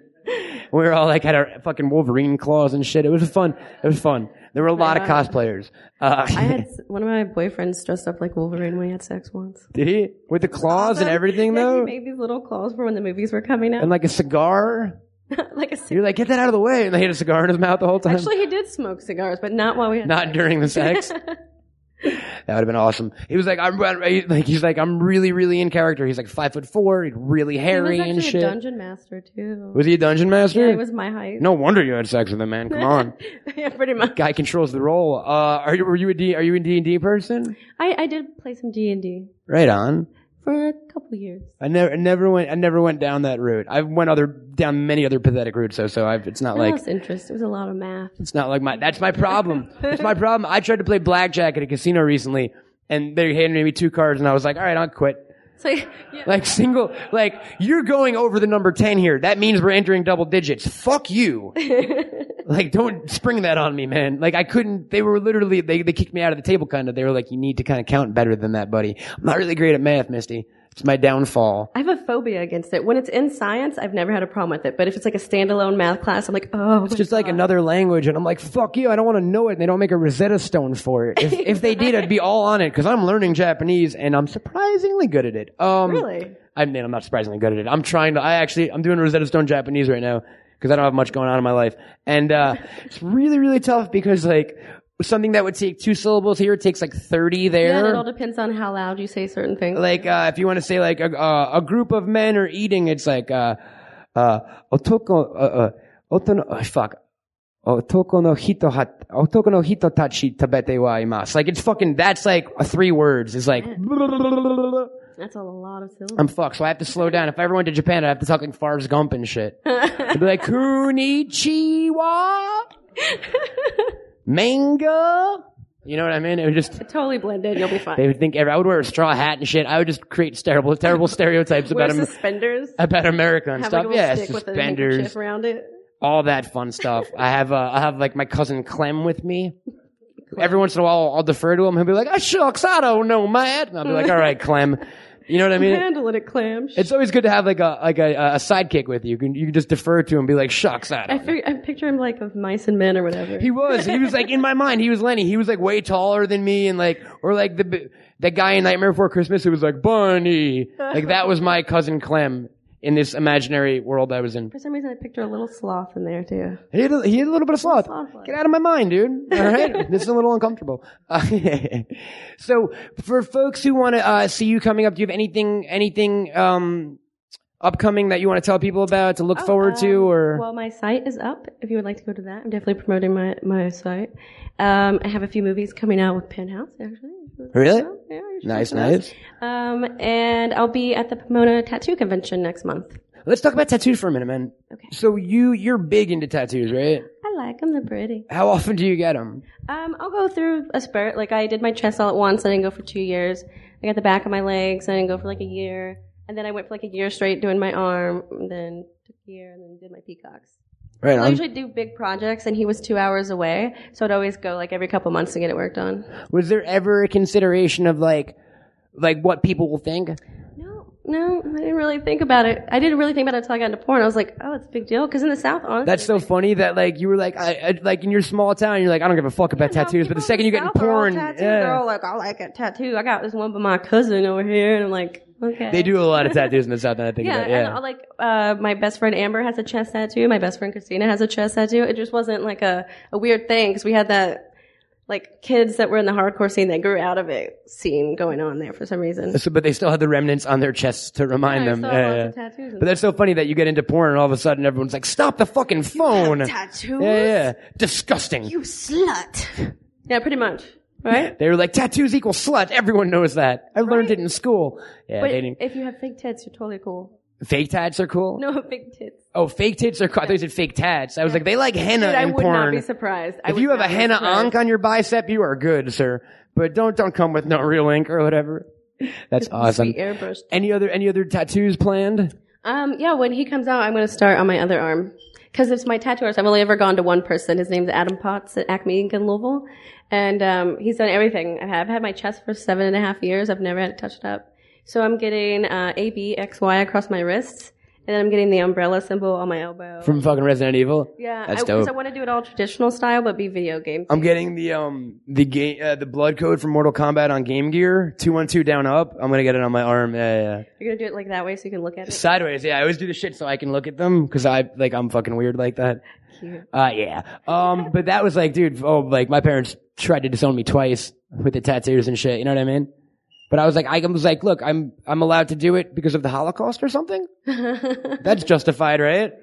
Speaker 1: We were all like had our fucking Wolverine claws and shit. It was fun. It was fun. There were a lot of
Speaker 4: God.
Speaker 1: cosplayers. Uh,
Speaker 4: I had s- one of my boyfriends dressed up like Wolverine when he had sex once.
Speaker 1: did he with the claws and everything
Speaker 4: yeah,
Speaker 1: though,
Speaker 4: He made these little claws for when the movies were coming out.
Speaker 1: and like a cigar.
Speaker 4: like a cig-
Speaker 1: You're like, get that out of the way, and they had a cigar in his mouth the whole time.
Speaker 4: Actually, he did smoke cigars, but not while we had
Speaker 1: Not during the sex. That would have been awesome. He was like, I'm like, he's like, I'm really, really in character. He's like five foot four, he's really hairy
Speaker 4: he was
Speaker 1: and
Speaker 4: actually
Speaker 1: shit.
Speaker 4: a dungeon master too.
Speaker 1: was he a dungeon master?
Speaker 4: yeah, it was my height.
Speaker 1: no wonder you had sex with him, man. Come on,
Speaker 4: yeah, pretty much.
Speaker 1: guy controls the role. Uh, are you were you a D? Are you a D and D person?
Speaker 4: I, I did play some D and D
Speaker 1: Right on.
Speaker 4: for a couple years.
Speaker 1: I never, I never went, I never went down that route. I've went other down many other pathetic routes. So, so I've, it's not
Speaker 4: I
Speaker 1: like
Speaker 4: lost interest. It was a lot of math.
Speaker 1: It's not like my. That's my problem. It's my problem. I tried to play blackjack at a casino recently, and they handed me two cards, and I was like, "All right, I'll quit."
Speaker 4: So yeah,
Speaker 1: Like single, like you're going over the number ten here. That means we're entering double digits. Fuck you. like don't spring that on me, man. Like I couldn't. They were literally they they kicked me out of the table. Kind of. They were like, "You need to kind of count better than that, buddy." I'm not really great at math, Misty. It's my downfall.
Speaker 4: I have a phobia against it. When it's in science, I've never had a problem with it. But if it's like a standalone math class, I'm like, oh,
Speaker 1: It's just like another language, and I'm like, fuck you, I don't want to know it, and they don't make a Rosetta Stone for it. If, if they did, I'd be all on it, because I'm learning Japanese, and I'm surprisingly good at it. Um,
Speaker 4: really.
Speaker 1: I mean, I'm not surprisingly good at it. I'm trying to, I actually, I'm doing Rosetta Stone Japanese right now, because I don't have much going on in my life. And uh, it's really, really tough, because like, something that would take two syllables here takes like 30 there.
Speaker 4: Yeah, and it all depends on how loud you say certain things.
Speaker 1: like, uh, if you want to say like a, uh, a group of men are eating, it's like, uh, uh, otoko, uh, uh, oto no, oh, fuck. Otoko no hito hat, otoko no hito tachi tabete wa imasu. Like, it's fucking, that's like uh, three words. It's like,
Speaker 4: That's a lot of syllables.
Speaker 1: I'm fucked, so I have to slow down. If I ever went to Japan, I'd have to talk like Favre's Gump and shit. I'd be like, Kunichiwa, manga. You know what I mean? It would just,
Speaker 4: totally blended. You'll be
Speaker 1: they
Speaker 4: fine.
Speaker 1: would think every, I would wear a straw hat and shit. I would just create terrible, terrible stereotypes
Speaker 4: Wear
Speaker 1: about Am-
Speaker 4: suspenders.
Speaker 1: about America and
Speaker 4: Have
Speaker 1: stuff.
Speaker 4: like a little
Speaker 1: Yeah,
Speaker 4: stick with a handkerchief
Speaker 1: suspenders,
Speaker 4: around it.
Speaker 1: all that fun stuff. I have, uh, I have like my cousin Clem with me. Every once in a while, I'll defer to him. He'll be like, "I shucks, I don't know, Matt," and I'll be like, "All right, Clem." You know what I mean?
Speaker 4: Handle it, clam. Sh-
Speaker 1: It's always good to have like a like a, a sidekick with you. You can, you can just defer to him, and be like, "Shucks, I
Speaker 4: I,
Speaker 1: don't." know."
Speaker 4: fig- I picture him like of mice and men or whatever.
Speaker 1: He was. He was like in my mind. He was Lenny. He was like way taller than me, and like or like the b- that guy in Nightmare Before Christmas who was like Barney. Like that was my cousin Clem in this imaginary world I was in.
Speaker 4: For some reason, I picture a little sloth in there too.
Speaker 1: He had a, he had a little bit of sloth.
Speaker 4: Sloth life.
Speaker 1: Get out of my mind, dude. All right, this is a little uncomfortable. Uh, so for folks who want to uh, see you coming up, do you have anything anything um upcoming that you want to tell people about to look Oh, forward to
Speaker 4: Um,
Speaker 1: or?
Speaker 4: Well, my site is up. If you would like to go to that, I'm definitely promoting my my site. Um, I have a few movies coming out with Penthouse actually.
Speaker 1: Really?
Speaker 4: So, yeah, you should
Speaker 1: Nice,
Speaker 4: check them out.
Speaker 1: nice.
Speaker 4: Um, and I'll be at the Pomona Tattoo Convention next month.
Speaker 1: Let's talk about tattoos for a minute, man.
Speaker 4: Okay.
Speaker 1: So you you're big into tattoos, right?
Speaker 4: I like them; they're pretty.
Speaker 1: How often do you get them?
Speaker 4: Um, I'll go through a spurt. Like I did my chest all at once. I didn't go for two years. I got the back of my legs. I didn't go for like a year. And then I went for like a year straight doing my arm. And then took a year, and then did my peacocks.
Speaker 1: Right
Speaker 4: I
Speaker 1: on.
Speaker 4: usually do big projects, and he was two hours away, so I'd always go like every couple months to get it worked on.
Speaker 1: Was there ever a consideration of like like what people will think?
Speaker 4: No, no, I didn't really think about it. I didn't really think about it until I got into porn. I was like, oh, it's a big deal because in the South, honestly,
Speaker 1: That's so funny that like you were like I, I like in your small town you're like I don't give a fuck about
Speaker 4: No,
Speaker 1: tattoos, but
Speaker 4: people
Speaker 1: the second you get in
Speaker 4: South are all
Speaker 1: porn,
Speaker 4: tattooed,
Speaker 1: yeah.
Speaker 4: they're all like, "Oh, I like a tattoo. I got this one by my cousin over here, and I'm like, okay,
Speaker 1: they do a lot of tattoos in the south. And I think
Speaker 4: Yeah,
Speaker 1: about
Speaker 4: and
Speaker 1: yeah.
Speaker 4: I like uh, my best friend Amber has a chest tattoo. My best friend Christina has a chest tattoo. It just wasn't like a, a weird thing because we had that like kids that were in the hardcore scene that grew out of it scene going on there for some reason.
Speaker 1: so, but they still had the remnants on their chests to remind
Speaker 4: Yeah, I
Speaker 1: them.
Speaker 4: saw
Speaker 1: Yeah,
Speaker 4: lots
Speaker 1: yeah.
Speaker 4: of tattoos and
Speaker 1: uh, But that's so funny that you get into porn and all of a sudden everyone's like, "Stop the fucking phone!"
Speaker 4: Tattoos?
Speaker 1: Yeah, yeah, disgusting.
Speaker 4: You slut. Yeah, pretty much. Right?
Speaker 1: They were like, tattoos equal slut. Everyone knows that. I learned it in school. Yeah,
Speaker 4: But
Speaker 1: they didn't.
Speaker 4: if you have fake tits, you're totally cool.
Speaker 1: fake tats are cool.
Speaker 4: No fake tits.
Speaker 1: Oh, fake tits are cool. I thought you said fake tats. I was like, they like henna
Speaker 4: Dude, I
Speaker 1: Uh, in
Speaker 4: would not
Speaker 1: porn.
Speaker 4: be surprised. I
Speaker 1: if
Speaker 4: would
Speaker 1: you have
Speaker 4: not
Speaker 1: a
Speaker 4: be
Speaker 1: henna
Speaker 4: surprised.
Speaker 1: ink on your bicep, you are good, sir. But don't don't come with no real ink or whatever. That's awesome.
Speaker 4: Be airbrushed.
Speaker 1: Any other any other tattoos planned?
Speaker 4: Um, yeah, when he comes out, I'm going to start on my other arm. Because it's my tattoo artist. I've only ever gone to one person. His name's Adam Potts at Acme Ink in Louisville. And um, he's done everything. I have had my chest for seven and a half years. I've never had it touched up. So I'm getting uh, A, B, X, Y across my wrists. And then I'm getting the umbrella symbol on my elbow.
Speaker 1: From fucking Resident Evil?
Speaker 4: yeah,
Speaker 1: That's
Speaker 4: I, 'cause
Speaker 1: dope.
Speaker 4: I want to do it all traditional style, but be video game.
Speaker 1: I'm getting the um the game uh, the blood code from Mortal Kombat on Game Gear two one two down up. I'm gonna get it on my arm. Yeah, yeah.
Speaker 4: You're going to do it like that way so you can look at it.
Speaker 1: Sideways, yeah. I always do the shit so I can look at them because I like I'm fucking weird like that. Uh, yeah. Um, but that was like, dude, oh, like my parents tried to disown me twice with the tattoos and shit. You know what I mean? But I was like, I was like, look, I'm I'm allowed to do it because of the Holocaust or something. That's justified, right?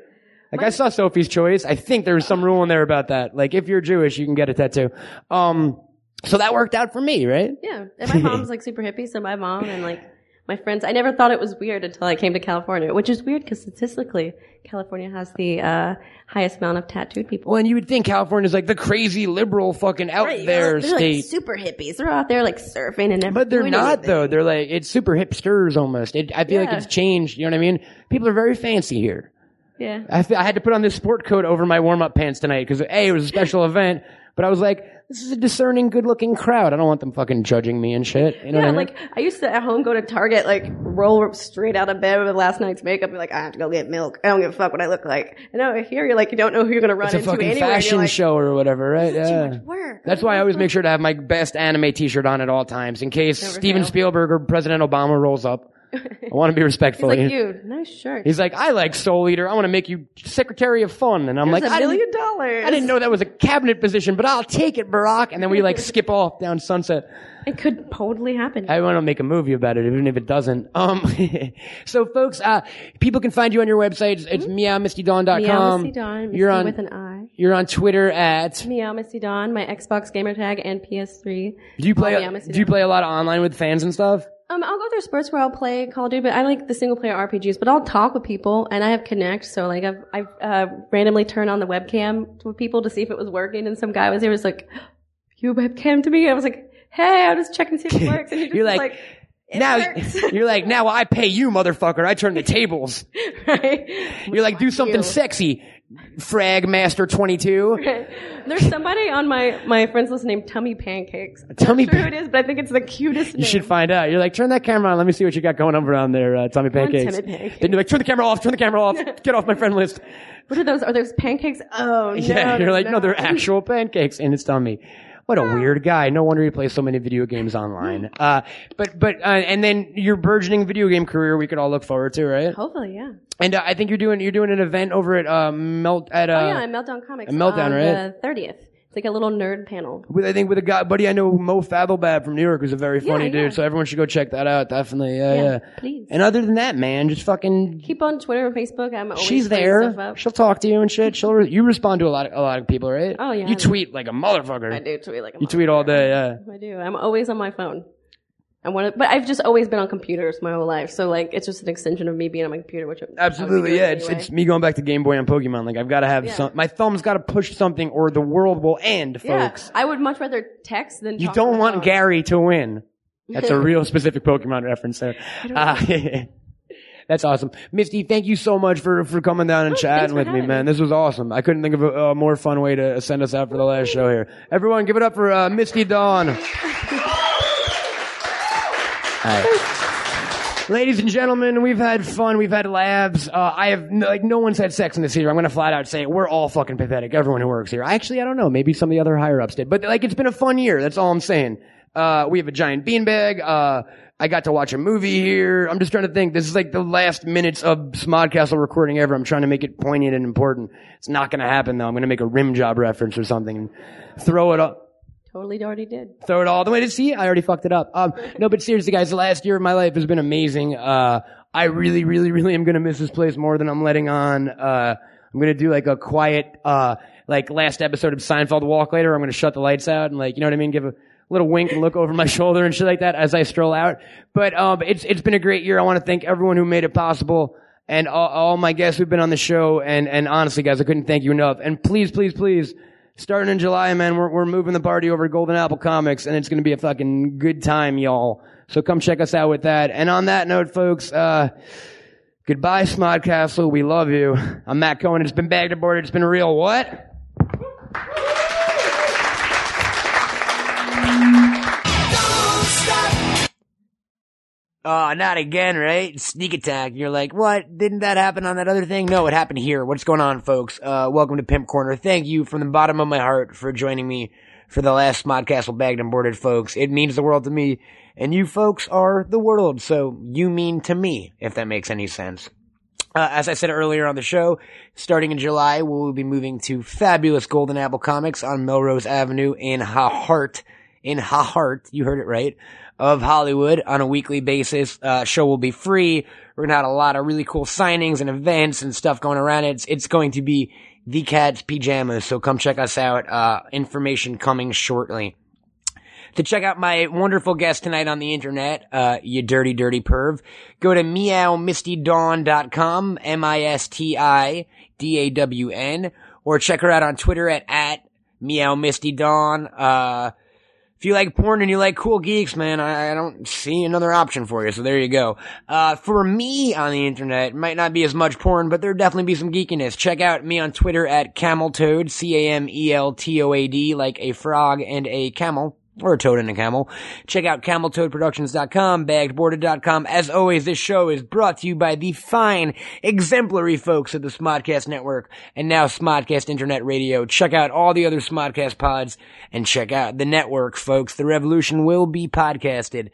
Speaker 1: Like I saw Sophie's Choice. I think there was some rule in there about that. Like if you're Jewish, you can get a tattoo. Um, so that worked out for me, right?
Speaker 4: Yeah. And my mom's like super hippie, so my mom and like my friends, I never thought it was weird until I came to California, which is weird because statistically, California has the uh, highest amount of tattooed people.
Speaker 1: Well, and you would think California's like the crazy liberal fucking out
Speaker 4: Right,
Speaker 1: there
Speaker 4: they're, like,
Speaker 1: state.
Speaker 4: super hippies. They're out there like surfing and everything.
Speaker 1: But they're not though. They're like it's super hipsters almost. It, I feel like
Speaker 4: Yeah.
Speaker 1: it's changed. You know what I mean? People are very fancy here.
Speaker 4: Yeah.
Speaker 1: I, feel, I had to put on this sport coat over my warm up pants tonight because a it was a special event. But I was like, this is a discerning, good looking crowd. I don't want them fucking judging me and shit. You know
Speaker 4: Yeah,
Speaker 1: what I mean?
Speaker 4: like I used to at home go to Target, like roll straight out of bed with last night's makeup, be like, I have to go get milk. I don't give a fuck what I look like. And now here you're like, you don't know who you're gonna run
Speaker 1: it's a
Speaker 4: into
Speaker 1: fucking
Speaker 4: anywhere. and
Speaker 1: fashion
Speaker 4: you're like,
Speaker 1: show or whatever, right? yeah.
Speaker 4: Work.
Speaker 1: Eh. That's why I always make sure to have my best anime T-shirt on at all times, in case Steven
Speaker 4: fail.
Speaker 1: Spielberg or President Obama rolls up. I want to be
Speaker 4: He's
Speaker 1: respectful.
Speaker 4: like,
Speaker 1: you know?
Speaker 4: you, nice shirt.
Speaker 1: He's like, I like Soul Eater. I want to make you Secretary of Fun, and I'm like,
Speaker 4: It's a
Speaker 1: I didn't,
Speaker 4: million dollars.
Speaker 1: I didn't know that was a cabinet position, but I'll take it, Barack. And then we like skip off down Sunset.
Speaker 4: It could totally happen.
Speaker 1: I want to make a movie about it, even if it doesn't. Um, so folks, uh, people can find you on your website. It's meowmistydawn.com.
Speaker 4: Meow Mm-hmm. Dawn,
Speaker 1: You're on,
Speaker 4: with an I.
Speaker 1: you're on Twitter at,
Speaker 4: Meow Misty Dawn, my Xbox gamer tag and PS3.
Speaker 1: do you play,
Speaker 4: Oh, Meow Misty
Speaker 1: do you
Speaker 4: Dawn.
Speaker 1: play a lot of online with fans and stuff?
Speaker 4: Um, I'll go through sports where I'll play Call of Duty, but I like the single player RPGs. But I'll talk with people, and I have Connect, so like I've I've uh, randomly turned on the webcam with people to see if it was working, and some guy was there was like, "You webcam to me?" I was like, "Hey, I was just checking to see if it works." And he just
Speaker 1: You're
Speaker 4: was
Speaker 1: like,
Speaker 4: like,
Speaker 1: now
Speaker 4: works.
Speaker 1: you're like, now I pay you, motherfucker. I turn the tables.
Speaker 4: right?
Speaker 1: You're like, do something
Speaker 4: you.
Speaker 1: sexy, Frag Master 22.
Speaker 4: There's somebody on my my friend's list named Tummy Pancakes. I'm not
Speaker 1: Tummy
Speaker 4: sure who
Speaker 1: Pan-
Speaker 4: it is, but I think it's the cutest.
Speaker 1: You should find out. You're like, turn that camera on. Let me see what you got going on around there, uh, Tommy Pancakes.
Speaker 4: Tommy Pancakes.
Speaker 1: Then you're like, turn the camera off. Turn the camera off. Get off my friend list.
Speaker 4: What are those? Are those pancakes? Oh no!
Speaker 1: Yeah, you're
Speaker 4: they're
Speaker 1: like, no, they're
Speaker 4: not.
Speaker 1: actual pancakes, and it's Tommy. What a weird guy. No wonder he plays so many video games online. Uh, but but uh, and then your burgeoning video game career, we could all look forward to, right?
Speaker 4: Hopefully, yeah.
Speaker 1: And uh, I think you're doing you're doing an event over at uh, Melt at uh,
Speaker 4: Oh yeah, at Meltdown Comics.
Speaker 1: a Meltdown,
Speaker 4: on
Speaker 1: right?
Speaker 4: The thirtieth. It's like a little nerd panel.
Speaker 1: with I think with a guy buddy I know Mo Fathelbab from New York who's a very funny
Speaker 4: yeah.
Speaker 1: dude. So everyone should go check that out. Definitely, yeah, yeah.
Speaker 4: Yeah, please.
Speaker 1: And other than that, man, just fucking.
Speaker 4: Keep on Twitter and Facebook. I'm always
Speaker 1: She's
Speaker 4: putting stuff
Speaker 1: there.
Speaker 4: up.
Speaker 1: She'll talk to you and shit. She'll re- you respond to a lot of, a lot of people, right?
Speaker 4: Oh, yeah.
Speaker 1: You tweet like a motherfucker.
Speaker 4: I do tweet like a
Speaker 1: You tweet all day. Yeah.
Speaker 4: I do. I'm always on my phone. I want to, but I've just always been on computers my whole life. So like, it's just an extension of me being on my computer, which I- I would
Speaker 1: Absolutely,
Speaker 4: do
Speaker 1: yeah. It's,
Speaker 4: anyway.
Speaker 1: it's me going back to Game Boy and Pokemon. Like I've got to have
Speaker 4: Yeah.
Speaker 1: some. My thumb's got to push something, or the world will end,
Speaker 4: yeah.
Speaker 1: folks.
Speaker 4: I would much rather text than
Speaker 1: You
Speaker 4: talk on
Speaker 1: don't
Speaker 4: the
Speaker 1: want
Speaker 4: phone.
Speaker 1: Gary to win. That's a real specific Pokemon reference there. Uh, that's awesome, Misty. Thank you so much for for coming down and
Speaker 4: Oh, thanks
Speaker 1: chatting
Speaker 4: for
Speaker 1: with me,
Speaker 4: having
Speaker 1: man. This was awesome. I couldn't think of a, a more fun way to send us out for the last show here. Everyone, give it up for uh, Misty Dawn. Ladies and gentlemen, we've had fun. We've had labs. Uh, I have no, like no one's had sex in this theater. I'm gonna flat out say it. we're all fucking pathetic. Everyone who works here. I actually I don't know. Maybe some of the other higher ups did, but like it's been a fun year. That's all I'm saying. Uh, we have a giant beanbag. Uh, I got to watch a movie here. I'm just trying to think. This is like the last minutes of Smodcastle recording ever. I'm trying to make it poignant and important. It's not gonna happen though. I'm gonna make a rim job reference or something and throw it up
Speaker 4: Totally already did.
Speaker 1: throw it all the way to see. I already fucked it up. Um, no, but seriously, guys, the last year of my life has been amazing. Uh, I really, really, really am gonna miss this place more than I'm letting on. Uh, I'm gonna do like a quiet, uh, like last episode of Seinfeld walk later. I'm gonna shut the lights out and like, you know what I mean? Give a little wink and look over my shoulder and shit like that as I stroll out. But, um, it's, it's been a great year. I want to thank everyone who made it possible. And all, all my guests who've been on the show, and, and honestly, guys, I couldn't thank you enough. And please, please, please, starting in July, man, we're, we're moving the party over to Golden Apple Comics, and it's going to be a fucking good time, y'all. So come check us out with that. And on that note, folks, uh, goodbye, Smodcastle. We love you. I'm Matt Cohen. It's been bagged aboard. It's been real. What? Oh, not again, right? Sneak attack. You're like, what? Didn't that happen on that other thing? No, it happened here. What's going on, folks? Uh, welcome to Pimp Corner. Thank you from the bottom of my heart for joining me for the last Smodcastle Bagged and Boarded, folks. It means the world to me, and you folks are the world, so you mean to me, if that makes any sense. Uh, as I said earlier on the show, starting in July, we will be moving to fabulous Golden Apple Comics on Melrose Avenue in Hahart, in Hahart, you heard it right, of Hollywood on a weekly basis. Uh, show will be free. We're gonna have a lot of really cool signings and events and stuff going around. It's, it's going to be the cat's pajamas. So come check us out. Uh, information coming shortly to check out my wonderful guest tonight on the internet, uh, you dirty, dirty perv, go to meowmistydawn.com, M-I-S-T-I-D-A-W-N, or check her out on Twitter at, at meowmistydawn. Uh, if you like porn and you like cool geeks, man, I, I don't see another option for you. So there you go. Uh, for me on the internet, might not be as much porn, but there definitely be some geekiness. Check out me on Twitter at Cameltoad, E C-A-M-E-L-T-O-A-D, like a frog and a camel or a toad and a camel. Check out cameltoadproductions.com, baggedboarded.com. As always, this show is brought to you by the fine, exemplary folks at the Smodcast Network and now Smodcast Internet Radio. Check out all the other Smodcast pods and check out the network, folks. The revolution will be podcasted.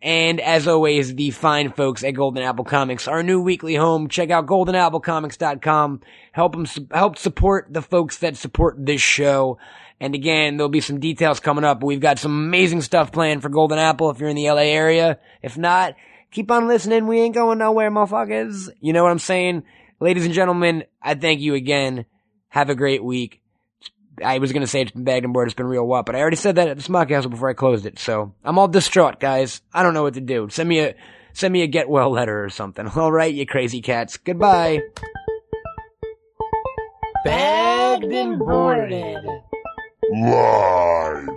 Speaker 1: And as always, the fine folks at Golden Apple Comics, our new weekly home. Check out goldenapplecomics.com. Help them, help support the folks that support this show. And again, there'll be some details coming up. We've got some amazing stuff planned for Golden Apple if you're in the LA area. If not, keep on listening. We ain't going nowhere, motherfuckers. You know what I'm saying? Ladies and gentlemen, I thank you again. Have a great week. I was gonna say it's been bagged and board, it's been real what, but I already said that at the Smock Castle before I closed it, so I'm all distraught, guys. I don't know what to do. Send me a send me a get well letter or something. Alright, you crazy cats. Goodbye. Bagged and boarded.
Speaker 5: Live.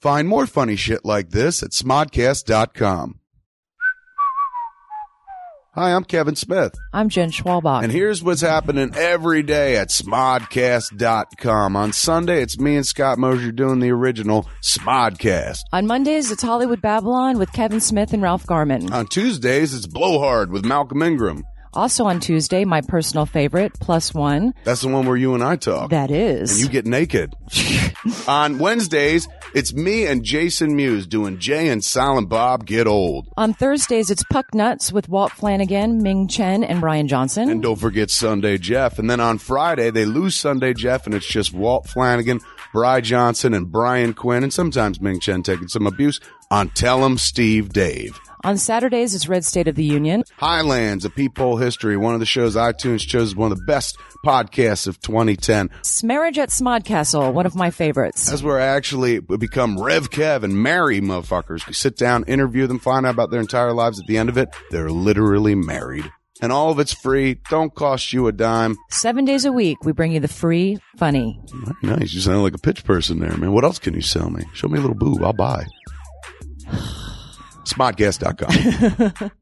Speaker 5: Find more funny shit like this at smodcast.com. Hi, I'm Kevin Smith.
Speaker 6: I'm Jen Schwalbach.
Speaker 5: And here's what's happening every day at smodcast.com. On Sunday, it's me and Scott Mosier doing the original Smodcast.
Speaker 6: on Mondays, it's Hollywood Babylon with Kevin Smith and Ralph Garman.
Speaker 5: On Tuesdays, it's Blowhard with Malcolm Ingram.
Speaker 6: also on Tuesday, my personal favorite, Plus One.
Speaker 5: That's the one where you and I talk.
Speaker 6: That
Speaker 5: and
Speaker 6: is.
Speaker 5: you get naked. On Wednesdays, it's me and Jason Mewes doing Jay and Silent Bob Get Old.
Speaker 6: on Thursdays, it's Puck Nuts with Walt Flanagan, Ming Chen, and Brian Johnson.
Speaker 5: And don't forget Sunday Jeff. And then on Friday, they lose Sunday Jeff, and it's just Walt Flanagan, Bry Johnson, and Brian Quinn, and sometimes Ming Chen taking some abuse on Tell 'em Steve Dave.
Speaker 6: on Saturdays, it's Red State of the Union.
Speaker 5: Highlands, A Peephole History, one of the shows iTunes chose as one of the best podcasts of 2010.
Speaker 6: It's Marriage at Smodcastle, one of my favorites.
Speaker 5: That's where I actually become Rev Kev and marry motherfuckers. We sit down, interview them, find out about their entire lives. At the end of it, they're literally married. And all of it's free. Don't cost you a dime.
Speaker 6: Seven days a week, we bring you the free, funny.
Speaker 5: Nice. You sound like a pitch person there, man. What else can you sell me? Show me a little boob. I'll buy. Smodcast.com.